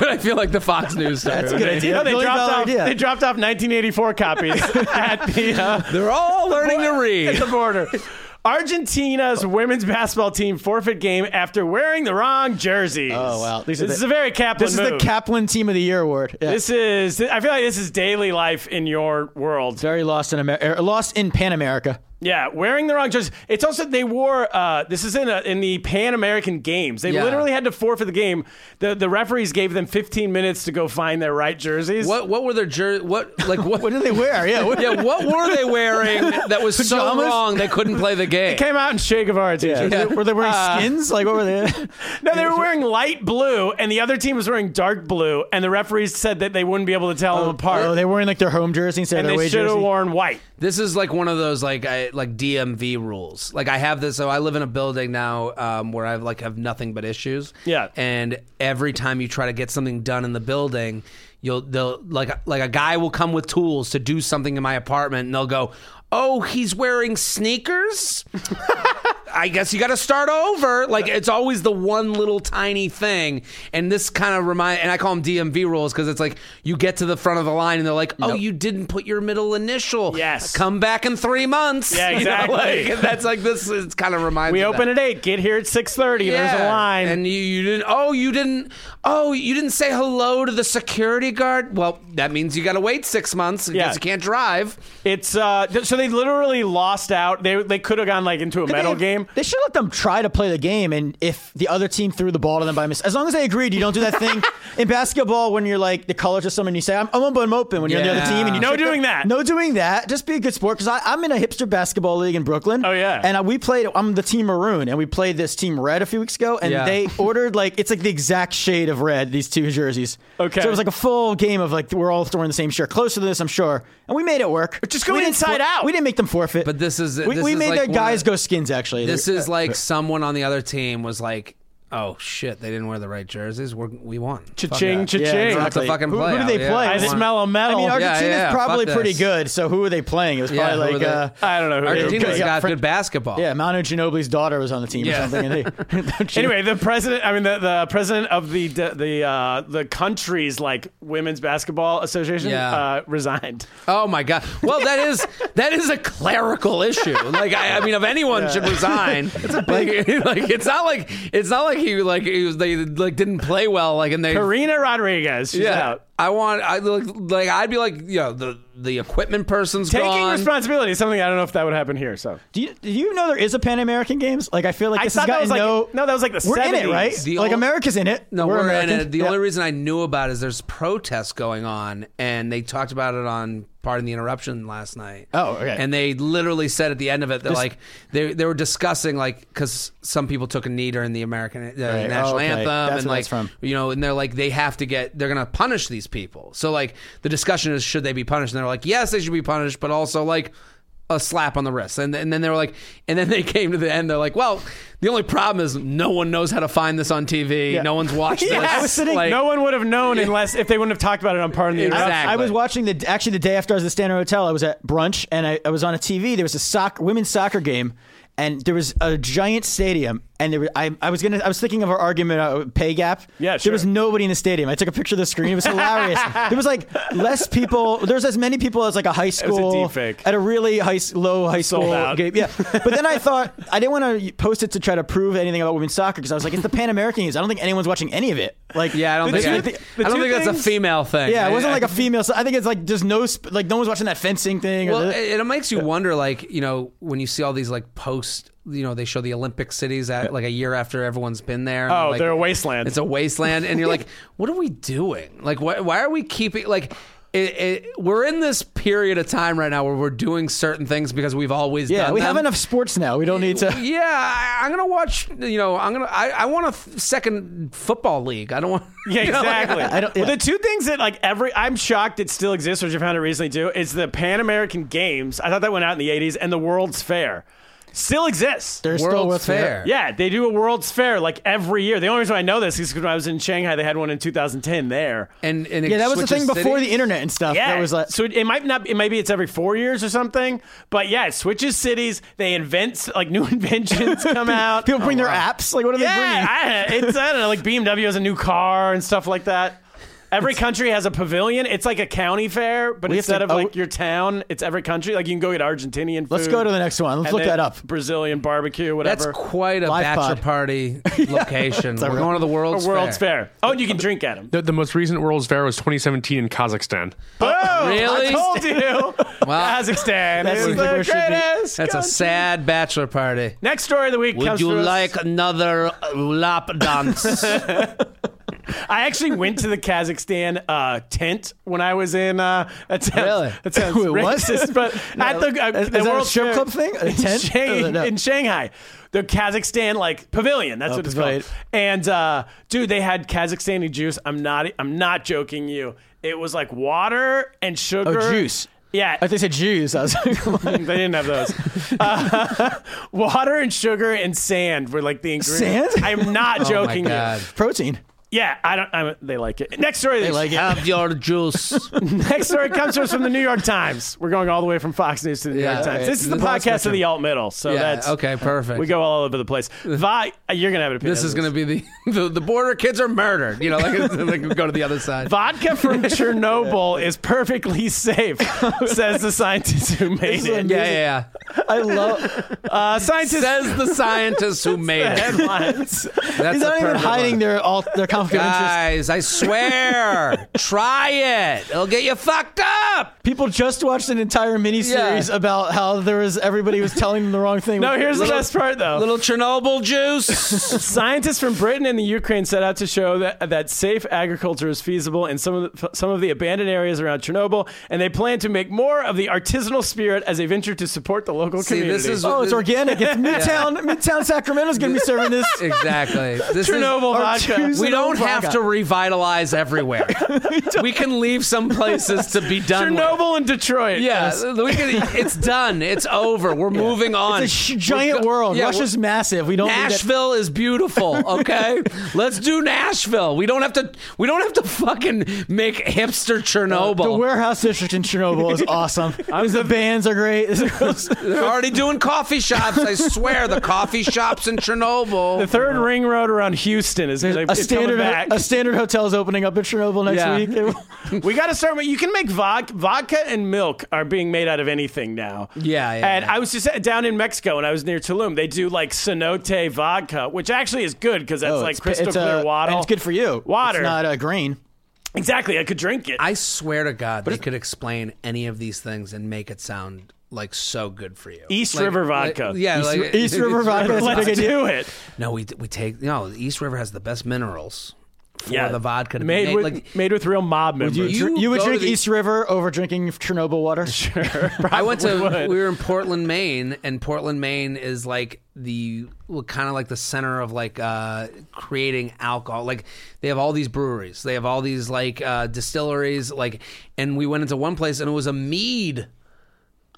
Speaker 7: what I feel like the Fox News
Speaker 5: That's a
Speaker 7: started.
Speaker 5: good idea.
Speaker 4: No, they,
Speaker 5: Billion
Speaker 4: dropped
Speaker 5: dollar
Speaker 4: off,
Speaker 5: idea.
Speaker 4: they dropped off 1984 copies at the, uh,
Speaker 7: They're all learning to
Speaker 4: at
Speaker 7: read.
Speaker 4: the border. Argentina's women's basketball team forfeit game after wearing the wrong jerseys.
Speaker 5: Oh wow!
Speaker 4: This
Speaker 5: These are the-
Speaker 4: is a very Kaplan
Speaker 5: This is the
Speaker 4: move.
Speaker 5: Kaplan Team of the Year award. Yeah.
Speaker 4: This is. I feel like this is daily life in your world.
Speaker 5: very lost in America. Lost in Pan America.
Speaker 4: Yeah, wearing the wrong jerseys. It's also they wore. Uh, this is in a, in the Pan American Games. They
Speaker 7: Yeah.
Speaker 4: literally had to forfeit the game. The the referees gave them 15 minutes to go find their right jerseys.
Speaker 7: What what were their jer- what like what
Speaker 5: What did they wear? Yeah. What,
Speaker 7: yeah what were they wearing that was so
Speaker 5: Pajamas?
Speaker 7: wrong they couldn't play the game?
Speaker 4: Came out in Che Guevara t-shirts.
Speaker 5: Were they- Were they wearing skins? Like what were they?
Speaker 4: No, they were wearing light blue, and the other team was wearing dark blue, and the referees said that they wouldn't be able to tell them apart,
Speaker 5: Oh, they were wearing like their home jersey instead
Speaker 4: and
Speaker 5: of their
Speaker 4: they
Speaker 5: away
Speaker 4: should have
Speaker 5: jersey.
Speaker 4: worn white.
Speaker 7: This is like one of those like I, like DMV rules. Like I have this. So I live in a building now um, where I like have nothing but issues.
Speaker 4: Yeah.
Speaker 7: And every time you try to get something done in the building, you'll they'll like like a guy will come with tools to do something in my apartment, and they'll go, "Oh, he's wearing sneakers." I guess you got to start over. Like it's always the one little tiny thing, and this kind of remind. And I call them DMV rules because it's like you get to the front of the line, and they're like, "Oh, you didn't put your middle initial."
Speaker 4: Yes.
Speaker 7: come back in three months.
Speaker 4: Yeah,
Speaker 7: You know,
Speaker 4: exactly.
Speaker 7: like, that's like this. It kind of reminds.
Speaker 4: We
Speaker 7: me of
Speaker 4: open
Speaker 7: that.
Speaker 4: at eight. Get here at 6:30. There's a
Speaker 7: Yeah.
Speaker 4: line.
Speaker 7: and you, you didn't. Oh, you didn't. Oh, you didn't say hello to the security guard. Well, that means you got to wait six months because
Speaker 4: Yeah.
Speaker 7: you can't drive.
Speaker 4: It's uh, th- so they literally lost out. They they could have gone like into a medal
Speaker 5: they have-
Speaker 4: game. game.
Speaker 5: They should let them try to play the game, and if the other team threw the ball to them by mistake, as long as they agreed, you don't do that thing in basketball when you're like the color to someone, you say I'm, I'm open, I'm open when you're on the other
Speaker 7: Yeah.
Speaker 5: team, and you
Speaker 4: No
Speaker 5: check them.
Speaker 4: doing that.
Speaker 5: no doing that. Just be a good sport because I'm in a hipster basketball league in Brooklyn.
Speaker 4: Oh, yeah.
Speaker 5: and I, we played. I'm the team maroon, and we played this team red a few weeks ago, and
Speaker 7: Yeah.
Speaker 5: they ordered like it's like the exact shade of red. These two jerseys.
Speaker 4: Okay.
Speaker 5: so it was like a full game of like we're all throwing the same shirt. Close to this, I'm sure, and we made it work.
Speaker 4: Just go
Speaker 5: We didn't
Speaker 4: inside
Speaker 5: for-
Speaker 4: out.
Speaker 5: We didn't make them forfeit.
Speaker 7: But this is-
Speaker 5: we,
Speaker 7: this
Speaker 5: we
Speaker 7: is
Speaker 5: made
Speaker 7: like
Speaker 5: the
Speaker 7: one
Speaker 5: guys
Speaker 7: of the-
Speaker 5: go skins actually.
Speaker 7: This
Speaker 5: They're-
Speaker 7: is like someone on the other team was like, "Oh shit, they didn't wear the right jerseys. We're, we won." Fuck
Speaker 4: Cha-ching,
Speaker 7: that.
Speaker 4: cha-ching.
Speaker 5: Yeah,
Speaker 7: Don't have
Speaker 5: exactly.
Speaker 7: to fucking
Speaker 5: Who-
Speaker 7: play.
Speaker 5: who do they
Speaker 7: out.
Speaker 5: play?
Speaker 7: Yeah,
Speaker 4: I
Speaker 7: we
Speaker 5: This
Speaker 7: won.
Speaker 4: smell a
Speaker 5: I
Speaker 4: medal.
Speaker 5: mean,
Speaker 7: Argen-
Speaker 5: Argentina's
Speaker 7: yeah, fuck
Speaker 5: probably
Speaker 7: this.
Speaker 5: pretty good. So who were they playing? It was
Speaker 7: Yeah, who
Speaker 5: probably
Speaker 7: were
Speaker 5: like
Speaker 7: they-
Speaker 5: uh,
Speaker 4: I don't know. Who they were
Speaker 7: Argentina's
Speaker 4: playing.
Speaker 7: got
Speaker 5: Fr-
Speaker 7: good basketball.
Speaker 5: yeah, Manu Ginobili's daughter was on the team
Speaker 7: Yeah.
Speaker 5: or something. And they,
Speaker 4: Anyway, the president, I mean, the, the president of the the uh, the country's like women's basketball association
Speaker 7: Yeah.
Speaker 4: uh, resigned.
Speaker 7: Oh my god. Well, that is that is a clerical issue. Like I, I mean, if anyone should resign, it's a big. Like, like, it's not like it's not like he like he was they like didn't play well like and they
Speaker 4: Karina Rodriguez, she's
Speaker 7: yeah.
Speaker 4: out.
Speaker 7: I want I look like I'd be like you know the the equipment person's
Speaker 4: Taking
Speaker 7: gone.
Speaker 4: responsibility is something I don't know if that would happen here. So
Speaker 5: do, you, do you know there is a Pan American Games? Like I feel like
Speaker 4: I
Speaker 5: this
Speaker 4: thought that
Speaker 5: has
Speaker 4: was
Speaker 5: gotten
Speaker 4: like
Speaker 5: no.
Speaker 4: no, that was like the
Speaker 5: we're
Speaker 4: 70s.
Speaker 5: in it, right?
Speaker 7: The
Speaker 5: like
Speaker 7: ol-
Speaker 5: Americans in it.
Speaker 7: No, we're, in
Speaker 5: Americans.
Speaker 7: it. The
Speaker 5: Yeah.
Speaker 7: only reason I knew about it is there's protests going on, and they talked about it on Pardon the Interruption last night.
Speaker 5: Oh, okay.
Speaker 7: And they literally said at the end of it, they're like, they, they were discussing, like, because some people took a knee during the American uh, national
Speaker 5: Oh, okay.
Speaker 7: anthem.
Speaker 5: That's
Speaker 7: and,
Speaker 5: where
Speaker 7: like,
Speaker 5: that's from.
Speaker 7: you know, and they're like, they have to get, they're going to punish these people. So, like, the discussion is, should they be punished? And they're like, yes, they should be punished, but also, like, a slap on the wrist. And, and then they were like, and then they came to the end. They're like, well, the only problem is no one knows how to find this on TV. No one's watched this.
Speaker 5: I was sitting-
Speaker 7: Like,
Speaker 4: no one would have known unless if they wouldn't have talked about it on Pardon the
Speaker 7: Exactly.
Speaker 4: Interruption.
Speaker 5: I was watching the actually the day after I was at the Standard Hotel. I was at brunch and I, I was on a TV. There was a soccer women's soccer game, and there was a giant stadium. And there was, I, I was gonna I was thinking of our argument uh, pay gap.
Speaker 4: Yeah,
Speaker 5: There
Speaker 4: sure.
Speaker 5: was nobody in the stadium. I took a picture of the screen. It was hilarious. there was like less people. There was as many people as like a high
Speaker 4: was a
Speaker 5: school
Speaker 4: deep fake.
Speaker 5: at a really high s- low high
Speaker 4: Sold
Speaker 5: school
Speaker 4: out.
Speaker 5: game. Yeah, but then I thought I didn't want to post it to try to prove anything about women's soccer because I was like it's the Pan American Games. I don't think anyone's watching any of it. Like
Speaker 7: Yeah, I don't
Speaker 5: the
Speaker 7: think,
Speaker 5: two-
Speaker 7: I,
Speaker 5: the
Speaker 7: I don't
Speaker 5: two
Speaker 7: think that's a
Speaker 5: things-
Speaker 7: female thing.
Speaker 5: yeah, it wasn't
Speaker 7: I-
Speaker 5: like a female. So I think it's like there's no sp- like no one's watching that fencing thing. Or
Speaker 7: Well, eh,
Speaker 5: the-
Speaker 7: it, it makes you wonder, like you know, when you see all these like post, you know, they show the Olympic cities at like a year after everyone's been there. and
Speaker 4: Oh,
Speaker 7: like,
Speaker 4: they're a wasteland.
Speaker 7: It's a wasteland, and you're like, what are we doing? Like, why, why are we keeping like? It, it, we're in this period of time right now where we're doing certain things because we've always
Speaker 5: yeah,
Speaker 7: done
Speaker 5: we
Speaker 7: them.
Speaker 5: have enough sports now. We don't need to.
Speaker 7: Yeah, I, I'm gonna watch. You know, I'm gonna. I, I want a f- second football league. I don't want.
Speaker 4: Yeah,
Speaker 7: you know, like,
Speaker 4: exactly.
Speaker 5: I don't-
Speaker 4: Well,
Speaker 5: yeah.
Speaker 4: the two things that like every I'm shocked it still exists, which I found it recently too, is the Pan American Games. I thought that went out in the '80s, and the World's Fair still exists.
Speaker 5: There's still
Speaker 7: World's
Speaker 5: World's
Speaker 7: Fair.
Speaker 4: yeah, they do a World's Fair like every year. The only reason I know this is because when I was in Shanghai, they had one in 2010 there.
Speaker 7: and, and it
Speaker 5: Yeah, that was the
Speaker 7: switches
Speaker 5: thing before
Speaker 7: cities?
Speaker 5: the internet and stuff.
Speaker 4: Yeah,
Speaker 5: that was like
Speaker 4: so it, it might not. It maybe it's every four years or something. But yeah, it switches cities. They invent like new inventions come out.
Speaker 5: people bring
Speaker 7: Oh,
Speaker 5: their apps. Like what are they
Speaker 4: Yeah, I, it's I don't know, like BMW has a new car and stuff like that. Every country has a pavilion. It's like a county fair, but
Speaker 5: We have
Speaker 4: instead
Speaker 5: to-
Speaker 4: of like
Speaker 5: oh.
Speaker 4: your town, it's every country. Like you can go get Argentinian food.
Speaker 5: Let's go to the next one. Let's
Speaker 4: and
Speaker 5: look
Speaker 4: then
Speaker 5: that up.
Speaker 4: Brazilian barbecue,
Speaker 7: That's
Speaker 4: whatever.
Speaker 7: quite a
Speaker 5: Live
Speaker 7: bachelor
Speaker 5: pod.
Speaker 7: party location. We're going to the World's,
Speaker 4: Or World's Fair. Oh, and you can drink at them.
Speaker 6: The, the most recent World's Fair was 2017 in Kazakhstan.
Speaker 4: Boom!
Speaker 7: really?
Speaker 4: Oh, I told you.
Speaker 7: Wow.
Speaker 4: Kazakhstan
Speaker 5: That's
Speaker 4: is the
Speaker 5: where it should be.
Speaker 4: greatest.
Speaker 7: That's a
Speaker 4: country.
Speaker 7: sad bachelor party.
Speaker 4: Next story of the week
Speaker 7: Would
Speaker 4: comes
Speaker 7: you
Speaker 4: to us-
Speaker 7: like another uh, lap dance? Oh,
Speaker 4: I actually went to the Kazakhstan uh, tent when I was in. Uh, that sounds,
Speaker 7: Really?
Speaker 4: That sounds
Speaker 5: Wait, what?
Speaker 4: racist, but at the, uh,
Speaker 5: Is- is
Speaker 4: the
Speaker 5: that a
Speaker 4: World
Speaker 5: strip
Speaker 4: Fair
Speaker 5: club thing? A tent?
Speaker 4: in, Shang-
Speaker 5: Oh, no.
Speaker 4: in Shanghai, the Kazakhstan like pavilion. That's
Speaker 5: Oh,
Speaker 4: what it's
Speaker 5: pavilion.
Speaker 4: called. And uh, dude, they had Kazakhstani juice. I'm not. I'm not joking you. It was like water and sugar.
Speaker 5: Oh, juice.
Speaker 4: Yeah,
Speaker 5: I think they said Jews. I was like,
Speaker 4: they didn't have those. Uh, water and sugar and sand were like the ingredients.
Speaker 5: Sand?
Speaker 4: I'm not
Speaker 7: Oh my
Speaker 4: joking
Speaker 7: God.
Speaker 4: you.
Speaker 5: protein.
Speaker 4: Yeah, I don't. I'm, they like it. Next story.
Speaker 5: They like it.
Speaker 7: Have your juice.
Speaker 4: Next story comes to us from the New York Times. We're going all the way from Fox News to the New
Speaker 7: Yeah,
Speaker 4: York Times.
Speaker 7: right.
Speaker 4: This is the
Speaker 7: There's a lot of
Speaker 4: podcast of
Speaker 7: spectrum.
Speaker 4: the alt middle, so
Speaker 7: Yeah,
Speaker 4: that's
Speaker 7: okay, perfect.
Speaker 4: We go all over the place. Vi, you're gonna have an opinion.
Speaker 7: this is going to be the, the the border kids are murdered. You know, like, like we go to the other side.
Speaker 4: vodka from Chernobyl is perfectly safe, says the scientist who made it.
Speaker 7: Yeah, yeah, yeah.
Speaker 5: I love.
Speaker 4: Uh, scientist
Speaker 7: Says the scientist who made it.
Speaker 4: headlines.
Speaker 7: That's
Speaker 5: He's
Speaker 7: a
Speaker 5: not even
Speaker 7: perfect
Speaker 5: hiding
Speaker 7: one.
Speaker 5: their all their conflict of interest.
Speaker 7: Guys, I swear, try it. It'll get you fucked up. up.
Speaker 5: People just watched an entire miniseries
Speaker 7: Yeah.
Speaker 5: about how there was everybody was telling them the wrong thing.
Speaker 4: No, here's the best part though.
Speaker 7: Little Chernobyl juice.
Speaker 4: Scientists from Britain and the Ukraine set out to show that, that safe agriculture is feasible in some of the, some of the abandoned areas around Chernobyl, and they plan to make more of the artisanal spirit as a venture to support the local
Speaker 7: See,
Speaker 4: community.
Speaker 7: this is-
Speaker 5: Oh, it's organic. It's Midtown. Midtown Sacramento's gonna be serving this.
Speaker 7: exactly. This
Speaker 4: Chernobyl
Speaker 7: Is,
Speaker 4: vodka.
Speaker 5: Artisanal
Speaker 7: we don't
Speaker 5: vodka.
Speaker 7: have to revitalize everywhere. we can leave some places to be done. with.
Speaker 4: Chernobyl and Detroit.
Speaker 7: Yeah, we can, e, it's done. It's over. We're moving on.
Speaker 5: It's a sh- giant
Speaker 7: We're go-
Speaker 5: world.
Speaker 7: Yeah,
Speaker 5: Russia's
Speaker 7: we're-
Speaker 5: massive. We don't need that-
Speaker 7: Nashville is beautiful. Okay, let's do Nashville. We don't have to. We don't have to fucking make
Speaker 5: Uh,
Speaker 7: hipster
Speaker 5: The
Speaker 7: Chernobyl.
Speaker 5: warehouse district in Chernobyl is awesome. the bands are great.
Speaker 7: They're already doing coffee shops. I swear, the coffee shops in Chernobyl.
Speaker 4: The third ring road around Houston is, is
Speaker 5: a standard
Speaker 4: back.
Speaker 5: a standard hotel is opening up in Chernobyl next
Speaker 7: Yeah.
Speaker 5: week.
Speaker 4: we got to start with you can make vodka, vodka and milk are being made out of anything now.
Speaker 7: Yeah, yeah,
Speaker 4: And
Speaker 7: yeah.
Speaker 4: I was just down in Mexico and I was near Tulum. They do like cenote vodka, which actually is good because that's
Speaker 5: Oh,
Speaker 4: like
Speaker 5: it's-
Speaker 4: crystal
Speaker 5: it's,
Speaker 4: clear
Speaker 5: uh,
Speaker 4: water.
Speaker 5: and it's good for you.
Speaker 4: Water.
Speaker 5: It's not uh, green.
Speaker 4: exactly. I could drink it.
Speaker 7: I swear to God, they could explain any of these things and make it sound like so good for you.
Speaker 4: East
Speaker 7: Like-
Speaker 4: River
Speaker 7: like-
Speaker 4: vodka.
Speaker 7: yeah, like,
Speaker 5: East River vodka is
Speaker 4: Let's
Speaker 5: That's a good
Speaker 4: do it.
Speaker 7: No, we we take no. East River has the best minerals for
Speaker 4: Yeah,
Speaker 7: the vodka. To be
Speaker 4: made
Speaker 7: made.
Speaker 4: with
Speaker 7: Like,
Speaker 4: made with real mob members.
Speaker 7: you-
Speaker 5: You, would
Speaker 7: go to
Speaker 5: drink
Speaker 7: the-
Speaker 5: East River over drinking Chernobyl water.
Speaker 7: I went to
Speaker 4: Probably would.
Speaker 7: we were in Portland, Maine, and Portland, Maine is like the well, kind of like the center of like uh, creating alcohol. Like they have all these breweries, they have all these like uh, distilleries, like. And we went into one place, and it was a mead.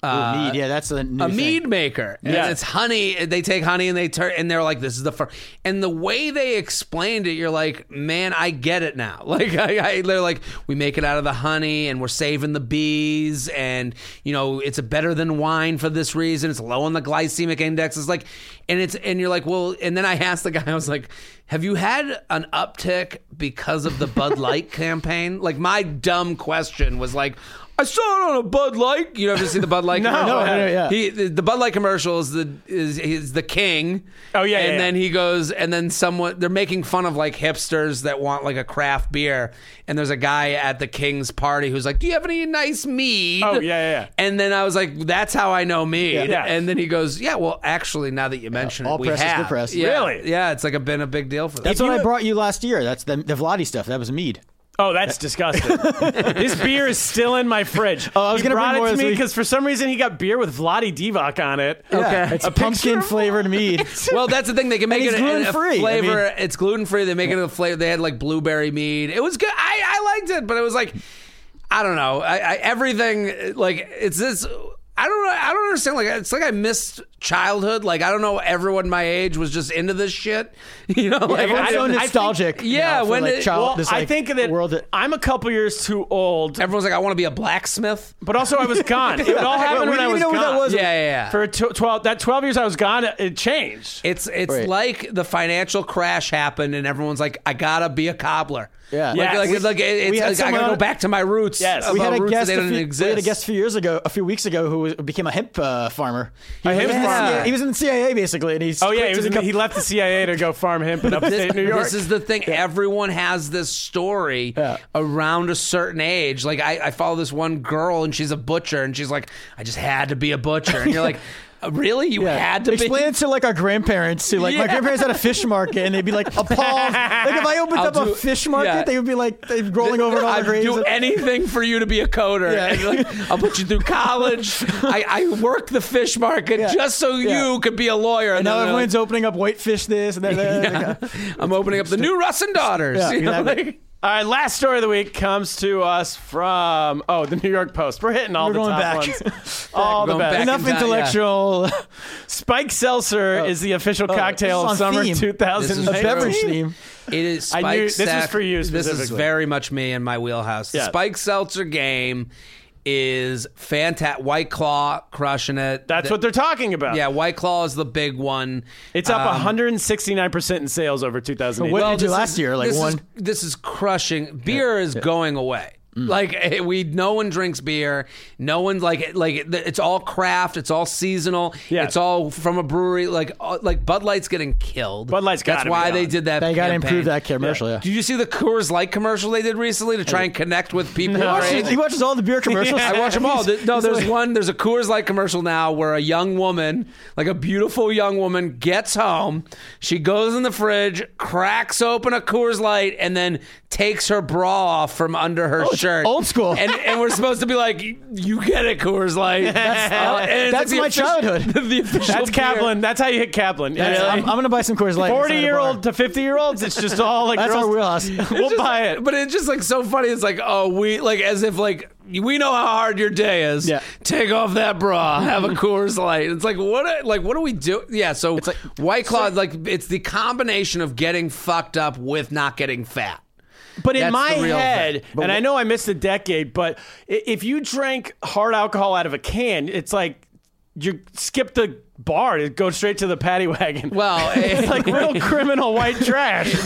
Speaker 5: Ooh, Uh, mead. Yeah, that's a new
Speaker 7: Uh, a
Speaker 5: thing.
Speaker 7: mead maker. And
Speaker 4: Yeah.
Speaker 7: it's honey. and They take honey and they turn and they're like, this is the first. And the way they explained it, you're like, man, I get it now. Like I, I, they're like, we make it out of the honey and we're saving the bees and you know it's better than wine for this reason. It's low on the glycemic index. It's like, and it's and you're like, well. And then I asked the guy, I was like. Have you had an uptick because of the Bud Light campaign? Like my dumb question was like, I saw it on a Bud Light. You ever see the Bud Light?
Speaker 4: No.
Speaker 7: commercial?
Speaker 4: No,
Speaker 5: no, yeah.
Speaker 7: He, the, the Bud Light commercial is the is he's the king.
Speaker 4: Oh, yeah,
Speaker 7: and
Speaker 4: yeah,
Speaker 7: then
Speaker 4: yeah.
Speaker 7: he goes, and then someone they're making fun of like hipsters that want like a craft beer, and there's a guy at the king's party who's like, "Do you have any nice mead?"
Speaker 4: Oh, yeah, yeah, yeah.
Speaker 7: And then I was like, "That's how I know mead."
Speaker 4: Yeah.
Speaker 7: And then he goes, "Yeah, well, actually, now that you mention
Speaker 5: all
Speaker 7: it, we
Speaker 5: press is good
Speaker 7: have
Speaker 5: press.
Speaker 7: Yeah,
Speaker 4: Really?
Speaker 7: yeah, it's like a, been a big deal for them.
Speaker 5: That's what I brought you last year. That's the, the Vladi stuff. That was mead.
Speaker 4: Oh, that's disgusting. this beer is still in my fridge.
Speaker 5: Oh, I was
Speaker 4: he
Speaker 5: gonna
Speaker 4: brought
Speaker 5: bring more
Speaker 4: it to
Speaker 5: this
Speaker 4: me
Speaker 5: week.
Speaker 4: because for some reason he got beer with Vladi Divac on it.
Speaker 5: Yeah, it's pumpkin flavored mead.
Speaker 7: Well, that's the thing. They can make
Speaker 5: it's
Speaker 7: it a- a,
Speaker 5: gluten-free. I
Speaker 7: flavor.
Speaker 5: mean-
Speaker 7: it's gluten free. They make it a flavor. They had like blueberry mead. It was good. I, I liked it, but it was like, I don't know. I, I everything like it's this. I don't know. I don't understand. Like it's like I missed childhood. Like I don't know. Everyone my age was just into this shit. You know, like
Speaker 5: Everyone's
Speaker 7: I
Speaker 5: so
Speaker 7: don't- I think-
Speaker 5: nostalgic.
Speaker 7: yeah,
Speaker 5: now for,
Speaker 7: when
Speaker 5: like,
Speaker 7: it-
Speaker 5: child,
Speaker 4: Well,
Speaker 5: this,
Speaker 4: I
Speaker 5: like,
Speaker 4: think that
Speaker 5: world that
Speaker 4: I'm a couple years too old,
Speaker 7: Everyone's like, I want to be a blacksmith.
Speaker 4: but also I was gone. It all happened
Speaker 5: We
Speaker 4: when I
Speaker 5: didn't
Speaker 4: was
Speaker 5: even know what that
Speaker 4: gone.
Speaker 5: was.
Speaker 7: Yeah, yeah, yeah.
Speaker 4: For tw- twelve, that twelve years I was gone, it- it changed.
Speaker 7: It's it's
Speaker 5: Right.
Speaker 7: like the financial crash happened, and everyone's like, I gotta be a cobbler.
Speaker 5: Yeah.
Speaker 7: like,
Speaker 4: Yes.
Speaker 7: like,
Speaker 4: We-
Speaker 7: like, it's,
Speaker 5: we
Speaker 7: like,
Speaker 5: had
Speaker 7: I gotta
Speaker 5: someone-
Speaker 7: go back to my roots.
Speaker 4: Yes.
Speaker 7: about
Speaker 4: We
Speaker 5: we had a
Speaker 7: roots that
Speaker 5: guest.
Speaker 7: they
Speaker 5: A
Speaker 7: didn't
Speaker 5: few,
Speaker 7: exist.
Speaker 5: we had a guest a few years ago, a few weeks ago, who was, became a hemp uh, farmer. He was,
Speaker 4: hemp
Speaker 5: in the
Speaker 7: farmer.
Speaker 5: CIA he was in the CIA basically, and he's
Speaker 4: Oh yeah, he, was in the- he left the CIA to go farm hemp in upstate New York.
Speaker 7: This is the thing. Everyone has this story around a certain age. Like I, I follow this one girl, and she's a butcher, and she's like, I just had to be a butcher, and you're like, "Uh, really? You had to
Speaker 5: explain
Speaker 7: be?
Speaker 5: it to like our grandparents who like my
Speaker 7: Yeah.
Speaker 5: grandparents had a fish market and they'd be like appalled. like if I opened
Speaker 7: I'll
Speaker 5: up
Speaker 7: do-
Speaker 5: a fish market,
Speaker 7: yeah.
Speaker 5: they would be like they'd be rolling over in all the
Speaker 7: I'd
Speaker 5: graves.
Speaker 7: do
Speaker 5: and-
Speaker 7: anything for you to be a coder.
Speaker 5: Yeah.
Speaker 7: And you're like, I'll put you through college. I, I work the fish market
Speaker 5: Yeah.
Speaker 7: just so
Speaker 5: Yeah.
Speaker 7: you could be a lawyer.
Speaker 5: and now
Speaker 7: then they're
Speaker 5: everyone's
Speaker 7: like,
Speaker 5: opening up whitefish this and that. that- that-
Speaker 7: I'm opening up the new Russ and Daughters.
Speaker 5: Yeah,
Speaker 7: you know,
Speaker 5: exactly.
Speaker 7: like-
Speaker 4: all right, last story of the week comes to us from oh the New York Post. We're hitting all
Speaker 5: We're
Speaker 4: the
Speaker 5: going
Speaker 4: top
Speaker 5: back.
Speaker 4: ones. all the
Speaker 7: Going
Speaker 4: best.
Speaker 7: back
Speaker 5: Enough
Speaker 7: in time, yeah.
Speaker 5: intellectual
Speaker 4: Spike Seltzer is the official cocktail
Speaker 5: Oh. this
Speaker 4: of
Speaker 5: is
Speaker 4: summer
Speaker 5: on theme.
Speaker 7: This is
Speaker 4: 2019.
Speaker 7: true.
Speaker 5: a beverage theme.
Speaker 7: It is
Speaker 4: I
Speaker 7: Spike
Speaker 4: knew- this is
Speaker 7: Sack-
Speaker 4: for you
Speaker 7: This is
Speaker 4: specifically.
Speaker 7: very much me in my wheelhouse. The
Speaker 4: Yeah.
Speaker 7: Spike Seltzer game is fantastic. White Claw crushing it.
Speaker 4: That's
Speaker 7: The-
Speaker 4: what they're talking about.
Speaker 7: Yeah, White Claw is the big one.
Speaker 4: It's up
Speaker 7: Um,
Speaker 4: 169% in sales over 2008.
Speaker 5: What
Speaker 7: well,
Speaker 5: did you do
Speaker 7: this
Speaker 5: last
Speaker 7: is-
Speaker 5: year? Like
Speaker 7: this is-
Speaker 5: one.
Speaker 7: this is crushing. Beer is going away.
Speaker 5: Mm.
Speaker 7: Like eh, we, no one drinks beer. No one like eh, like it- it's all craft. It's all seasonal.
Speaker 4: Yeah.
Speaker 7: It's all from a brewery. Like uh, like Bud Light's getting killed.
Speaker 4: Bud Light's
Speaker 7: That's
Speaker 4: gotta be
Speaker 7: why
Speaker 4: gone.
Speaker 7: they did that.
Speaker 5: They got to
Speaker 7: campaign.
Speaker 5: improve that commercial. Yeah.
Speaker 7: Did you see the Coors Light commercial they did recently to try and connect with people?
Speaker 5: He,
Speaker 7: right?
Speaker 5: watches, he watches all the beer commercials.
Speaker 7: I watch them all. There- No,
Speaker 5: He's
Speaker 7: there's
Speaker 5: like-
Speaker 7: one. There's a Coors Light commercial now where a young woman, like a beautiful young woman, gets home. She goes in the fridge, cracks open a Coors Light, and then takes her bra off from under her
Speaker 5: Oh, it's
Speaker 7: shirt.
Speaker 5: old school.
Speaker 7: And, and we're supposed to be like, "You get it, Coors Light." That's,
Speaker 5: that's my childhood.
Speaker 7: The official
Speaker 4: That's
Speaker 7: beer.
Speaker 4: Kaplan. That's how you hit Kaplan.
Speaker 5: That's-
Speaker 4: Yeah.
Speaker 5: I'm, I'm gonna buy some Coors Light.
Speaker 4: Forty year old
Speaker 5: Inside
Speaker 4: to fifty year olds, it's just all like
Speaker 5: a bar. That's
Speaker 4: girls.
Speaker 5: our wheelhouse.
Speaker 4: We'll buy it.
Speaker 7: But it's just like so funny. It's like, oh, we like as if like we know how hard your day is.
Speaker 5: Yeah.
Speaker 7: Take off that bra. Have a Coors Light. It's like what? Are, like what do we do? Yeah. So it's like White Claw. like it's the combination of getting fucked up with not getting fat.
Speaker 4: But in
Speaker 7: That's
Speaker 4: my
Speaker 7: the real thing.
Speaker 4: head,
Speaker 7: But
Speaker 4: and I
Speaker 7: wh-
Speaker 4: know I missed a decade, but i- if you drank hard alcohol out of a can, it's like you skip the bar to go straight to the paddy wagon.
Speaker 7: Well,
Speaker 4: it's like real criminal white trash.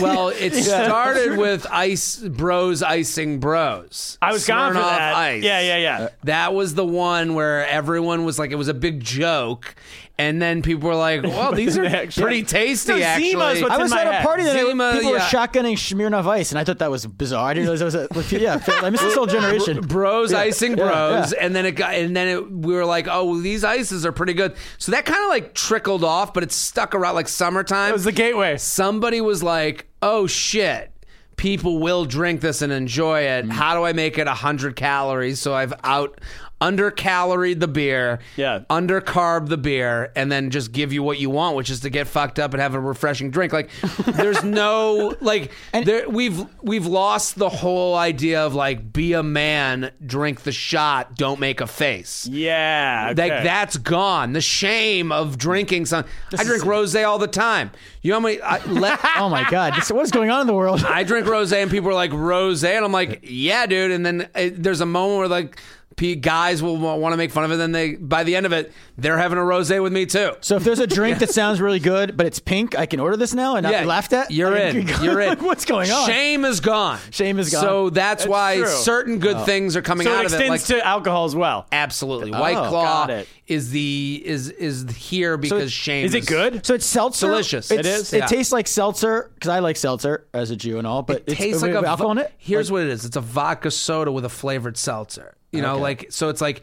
Speaker 7: Well, it started with ice bros icing bros.
Speaker 4: I was gone for
Speaker 7: Smirnoff
Speaker 4: that.
Speaker 7: Ice. Uh,
Speaker 4: Yeah, yeah, yeah.
Speaker 7: That was the one where everyone was like, it was a big joke, and then people were like, "Well, these are
Speaker 4: next-
Speaker 7: pretty
Speaker 4: yeah.
Speaker 7: tasty."
Speaker 4: No, Zima's
Speaker 7: actually,
Speaker 4: what's
Speaker 5: I
Speaker 4: in
Speaker 5: was
Speaker 4: my
Speaker 5: at a
Speaker 4: head.
Speaker 5: party that
Speaker 7: Zima,
Speaker 5: people were
Speaker 7: yeah.
Speaker 5: shotgunning Smirnoff Ice, and I thought that was bizarre. I didn't realize that was a yeah. I missed this whole generation.
Speaker 7: bros icing
Speaker 5: yeah,
Speaker 7: bros
Speaker 5: yeah.
Speaker 7: and then it got and then it, we were like oh well, these ices are pretty good so that kind of like trickled off but it stuck around like summertime
Speaker 4: It was the gateway.
Speaker 7: somebody was like oh shit people will drink this and enjoy it how do i make it 100 calories so i've out under caloried the beer
Speaker 4: Yeah.
Speaker 7: under carb the beer and then just give you what you want which is to get fucked up and have a refreshing drink like there's no like there, we've we've lost the whole idea of like be a man drink the shot don't make a face
Speaker 4: Yeah,
Speaker 7: like
Speaker 4: okay.
Speaker 7: that's gone. The shame of drinking some. I drink rosé all the time. You know how many? I, le-
Speaker 5: Oh my god, this, what's going on in the world?
Speaker 7: I drink rosé, and people are like rosé, and I'm like, yeah, dude. And then uh, there's a moment where like pe- guys will want to make fun of it. And then they, by the end of it, they're having a rosé with me too.
Speaker 5: So if there's a drink that sounds really good, but it's pink, I can order this now and not be laughed at.
Speaker 7: You're
Speaker 5: I
Speaker 7: in.
Speaker 5: can-
Speaker 7: You're in.
Speaker 5: Like, what's going on?
Speaker 7: Shame is gone.
Speaker 5: Shame is gone.
Speaker 7: So that's,
Speaker 4: That's
Speaker 7: why
Speaker 4: true.
Speaker 7: certain good things are coming
Speaker 4: so
Speaker 7: out
Speaker 4: it
Speaker 7: of it. Like
Speaker 4: extends to alcohol as well.
Speaker 7: absolutely, White
Speaker 5: Oh,
Speaker 7: Claw
Speaker 4: got it.
Speaker 7: is the is is here because shame.
Speaker 4: Is it good?
Speaker 5: So it's seltzer.
Speaker 7: Delicious.
Speaker 5: It's,
Speaker 7: It is?
Speaker 5: It
Speaker 7: Yeah.
Speaker 5: tastes like seltzer because I like seltzer as a Jew and all. But it's,
Speaker 7: tastes like
Speaker 5: with
Speaker 7: a
Speaker 5: alcohol in
Speaker 7: vo-
Speaker 5: it.
Speaker 7: Here's what it is: it's a vodka soda with a flavored seltzer. You know, like so it's like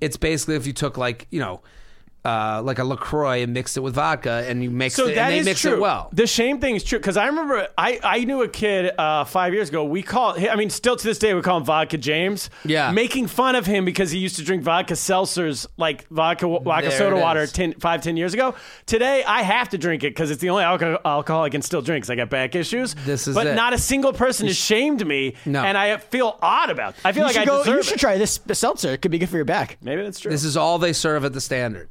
Speaker 7: it's basically if you took like you know. Uh, like a Lacroix and mixed it with vodka, and you mix
Speaker 4: So
Speaker 7: it,
Speaker 4: that
Speaker 7: and they
Speaker 4: is
Speaker 7: mix
Speaker 4: true.
Speaker 7: it well.
Speaker 4: The shame thing is true because I remember I, I knew a kid uh, five years ago. We call I mean still to this day we call him Vodka James.
Speaker 7: Yeah.
Speaker 4: making fun of him because he used to drink vodka seltzers like vodka vodka
Speaker 7: There
Speaker 4: soda
Speaker 7: it
Speaker 4: water
Speaker 7: is.
Speaker 4: ten, five ten years ago. Today I have to drink it because it's the only alco- alcohol I can still drink. 'cause I got back issues.
Speaker 7: This is
Speaker 4: but
Speaker 7: it.
Speaker 4: not a single person has shamed me.
Speaker 7: No.
Speaker 4: and I feel odd about. It. I feel
Speaker 5: You
Speaker 4: like
Speaker 5: should
Speaker 4: I
Speaker 5: go.
Speaker 4: deserve
Speaker 5: You should
Speaker 4: it.
Speaker 5: try this seltzer. It could be good for your back.
Speaker 4: Maybe that's true.
Speaker 7: This is all they serve at the standard.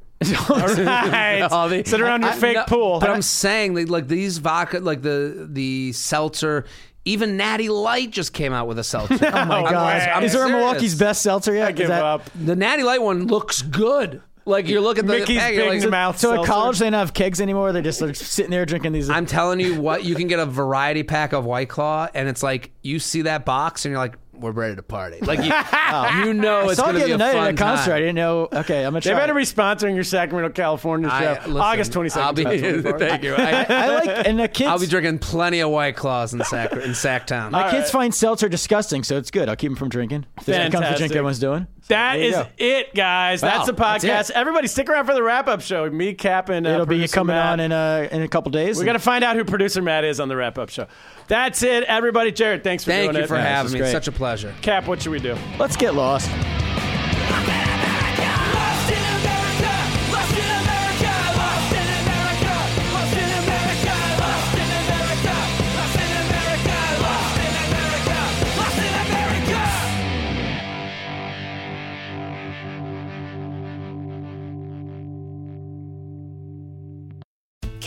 Speaker 4: right.
Speaker 7: All the-
Speaker 4: Sit around your
Speaker 7: I-
Speaker 4: fake
Speaker 7: no,
Speaker 4: pool.
Speaker 7: But I'm saying that like these vodka, like the the seltzer, even Natty Light just came out with a seltzer. oh
Speaker 5: My God, is there a Milwauke's best seltzer yet?
Speaker 4: I give up.
Speaker 7: The Natty Light one looks good. Like you look at the
Speaker 4: Mickey's
Speaker 7: package,
Speaker 4: Big
Speaker 7: like,
Speaker 4: Mouth.
Speaker 5: So at
Speaker 4: seltzer.
Speaker 5: college they don't have kegs anymore. They're just like, sitting there drinking these.
Speaker 7: I'm telling you what, you can get a variety pack of White Claw, and it's like you see that box, and you're like, "We're ready to party!" Like you, you know,
Speaker 5: I
Speaker 7: it's
Speaker 5: saw
Speaker 7: going
Speaker 5: it the
Speaker 7: to be
Speaker 5: other
Speaker 7: a
Speaker 5: night
Speaker 7: fun
Speaker 5: at a concert. I
Speaker 7: Time.
Speaker 5: didn't know. Okay, I'm gonna
Speaker 4: They
Speaker 5: try.
Speaker 4: better be sponsoring your Sacramento, California show.
Speaker 7: I- listen,
Speaker 4: August 22nd.
Speaker 7: I'll be,
Speaker 4: 2024.
Speaker 7: thank you. I,
Speaker 5: I like and the kids.
Speaker 7: will be drinking plenty of White Claws in Sac in Sacktown.
Speaker 5: My kids find seltzer disgusting, so it's good. I'll keep them from drinking. If this becomes the drink
Speaker 4: Fantastic.
Speaker 5: everyone's doing.
Speaker 4: That
Speaker 5: There you
Speaker 4: is
Speaker 5: go.
Speaker 4: it, guys. That's the
Speaker 5: Wow,
Speaker 4: podcast.
Speaker 5: that's it.
Speaker 4: Everybody, stick around for the wrap up show. Me, Cap, and uh,
Speaker 5: It'll be
Speaker 4: producer
Speaker 5: coming
Speaker 4: Matt.
Speaker 5: on in a in a couple days.
Speaker 4: We're gonna find out who producer Matt is on the wrap up show. That's it, everybody. Jared, thanks for
Speaker 7: thank
Speaker 4: doing
Speaker 7: you
Speaker 4: it.
Speaker 7: for
Speaker 5: this
Speaker 7: having
Speaker 5: is
Speaker 7: me. It's
Speaker 5: great.
Speaker 7: such a pleasure.
Speaker 4: Cap, what should we do?
Speaker 5: Let's get lost.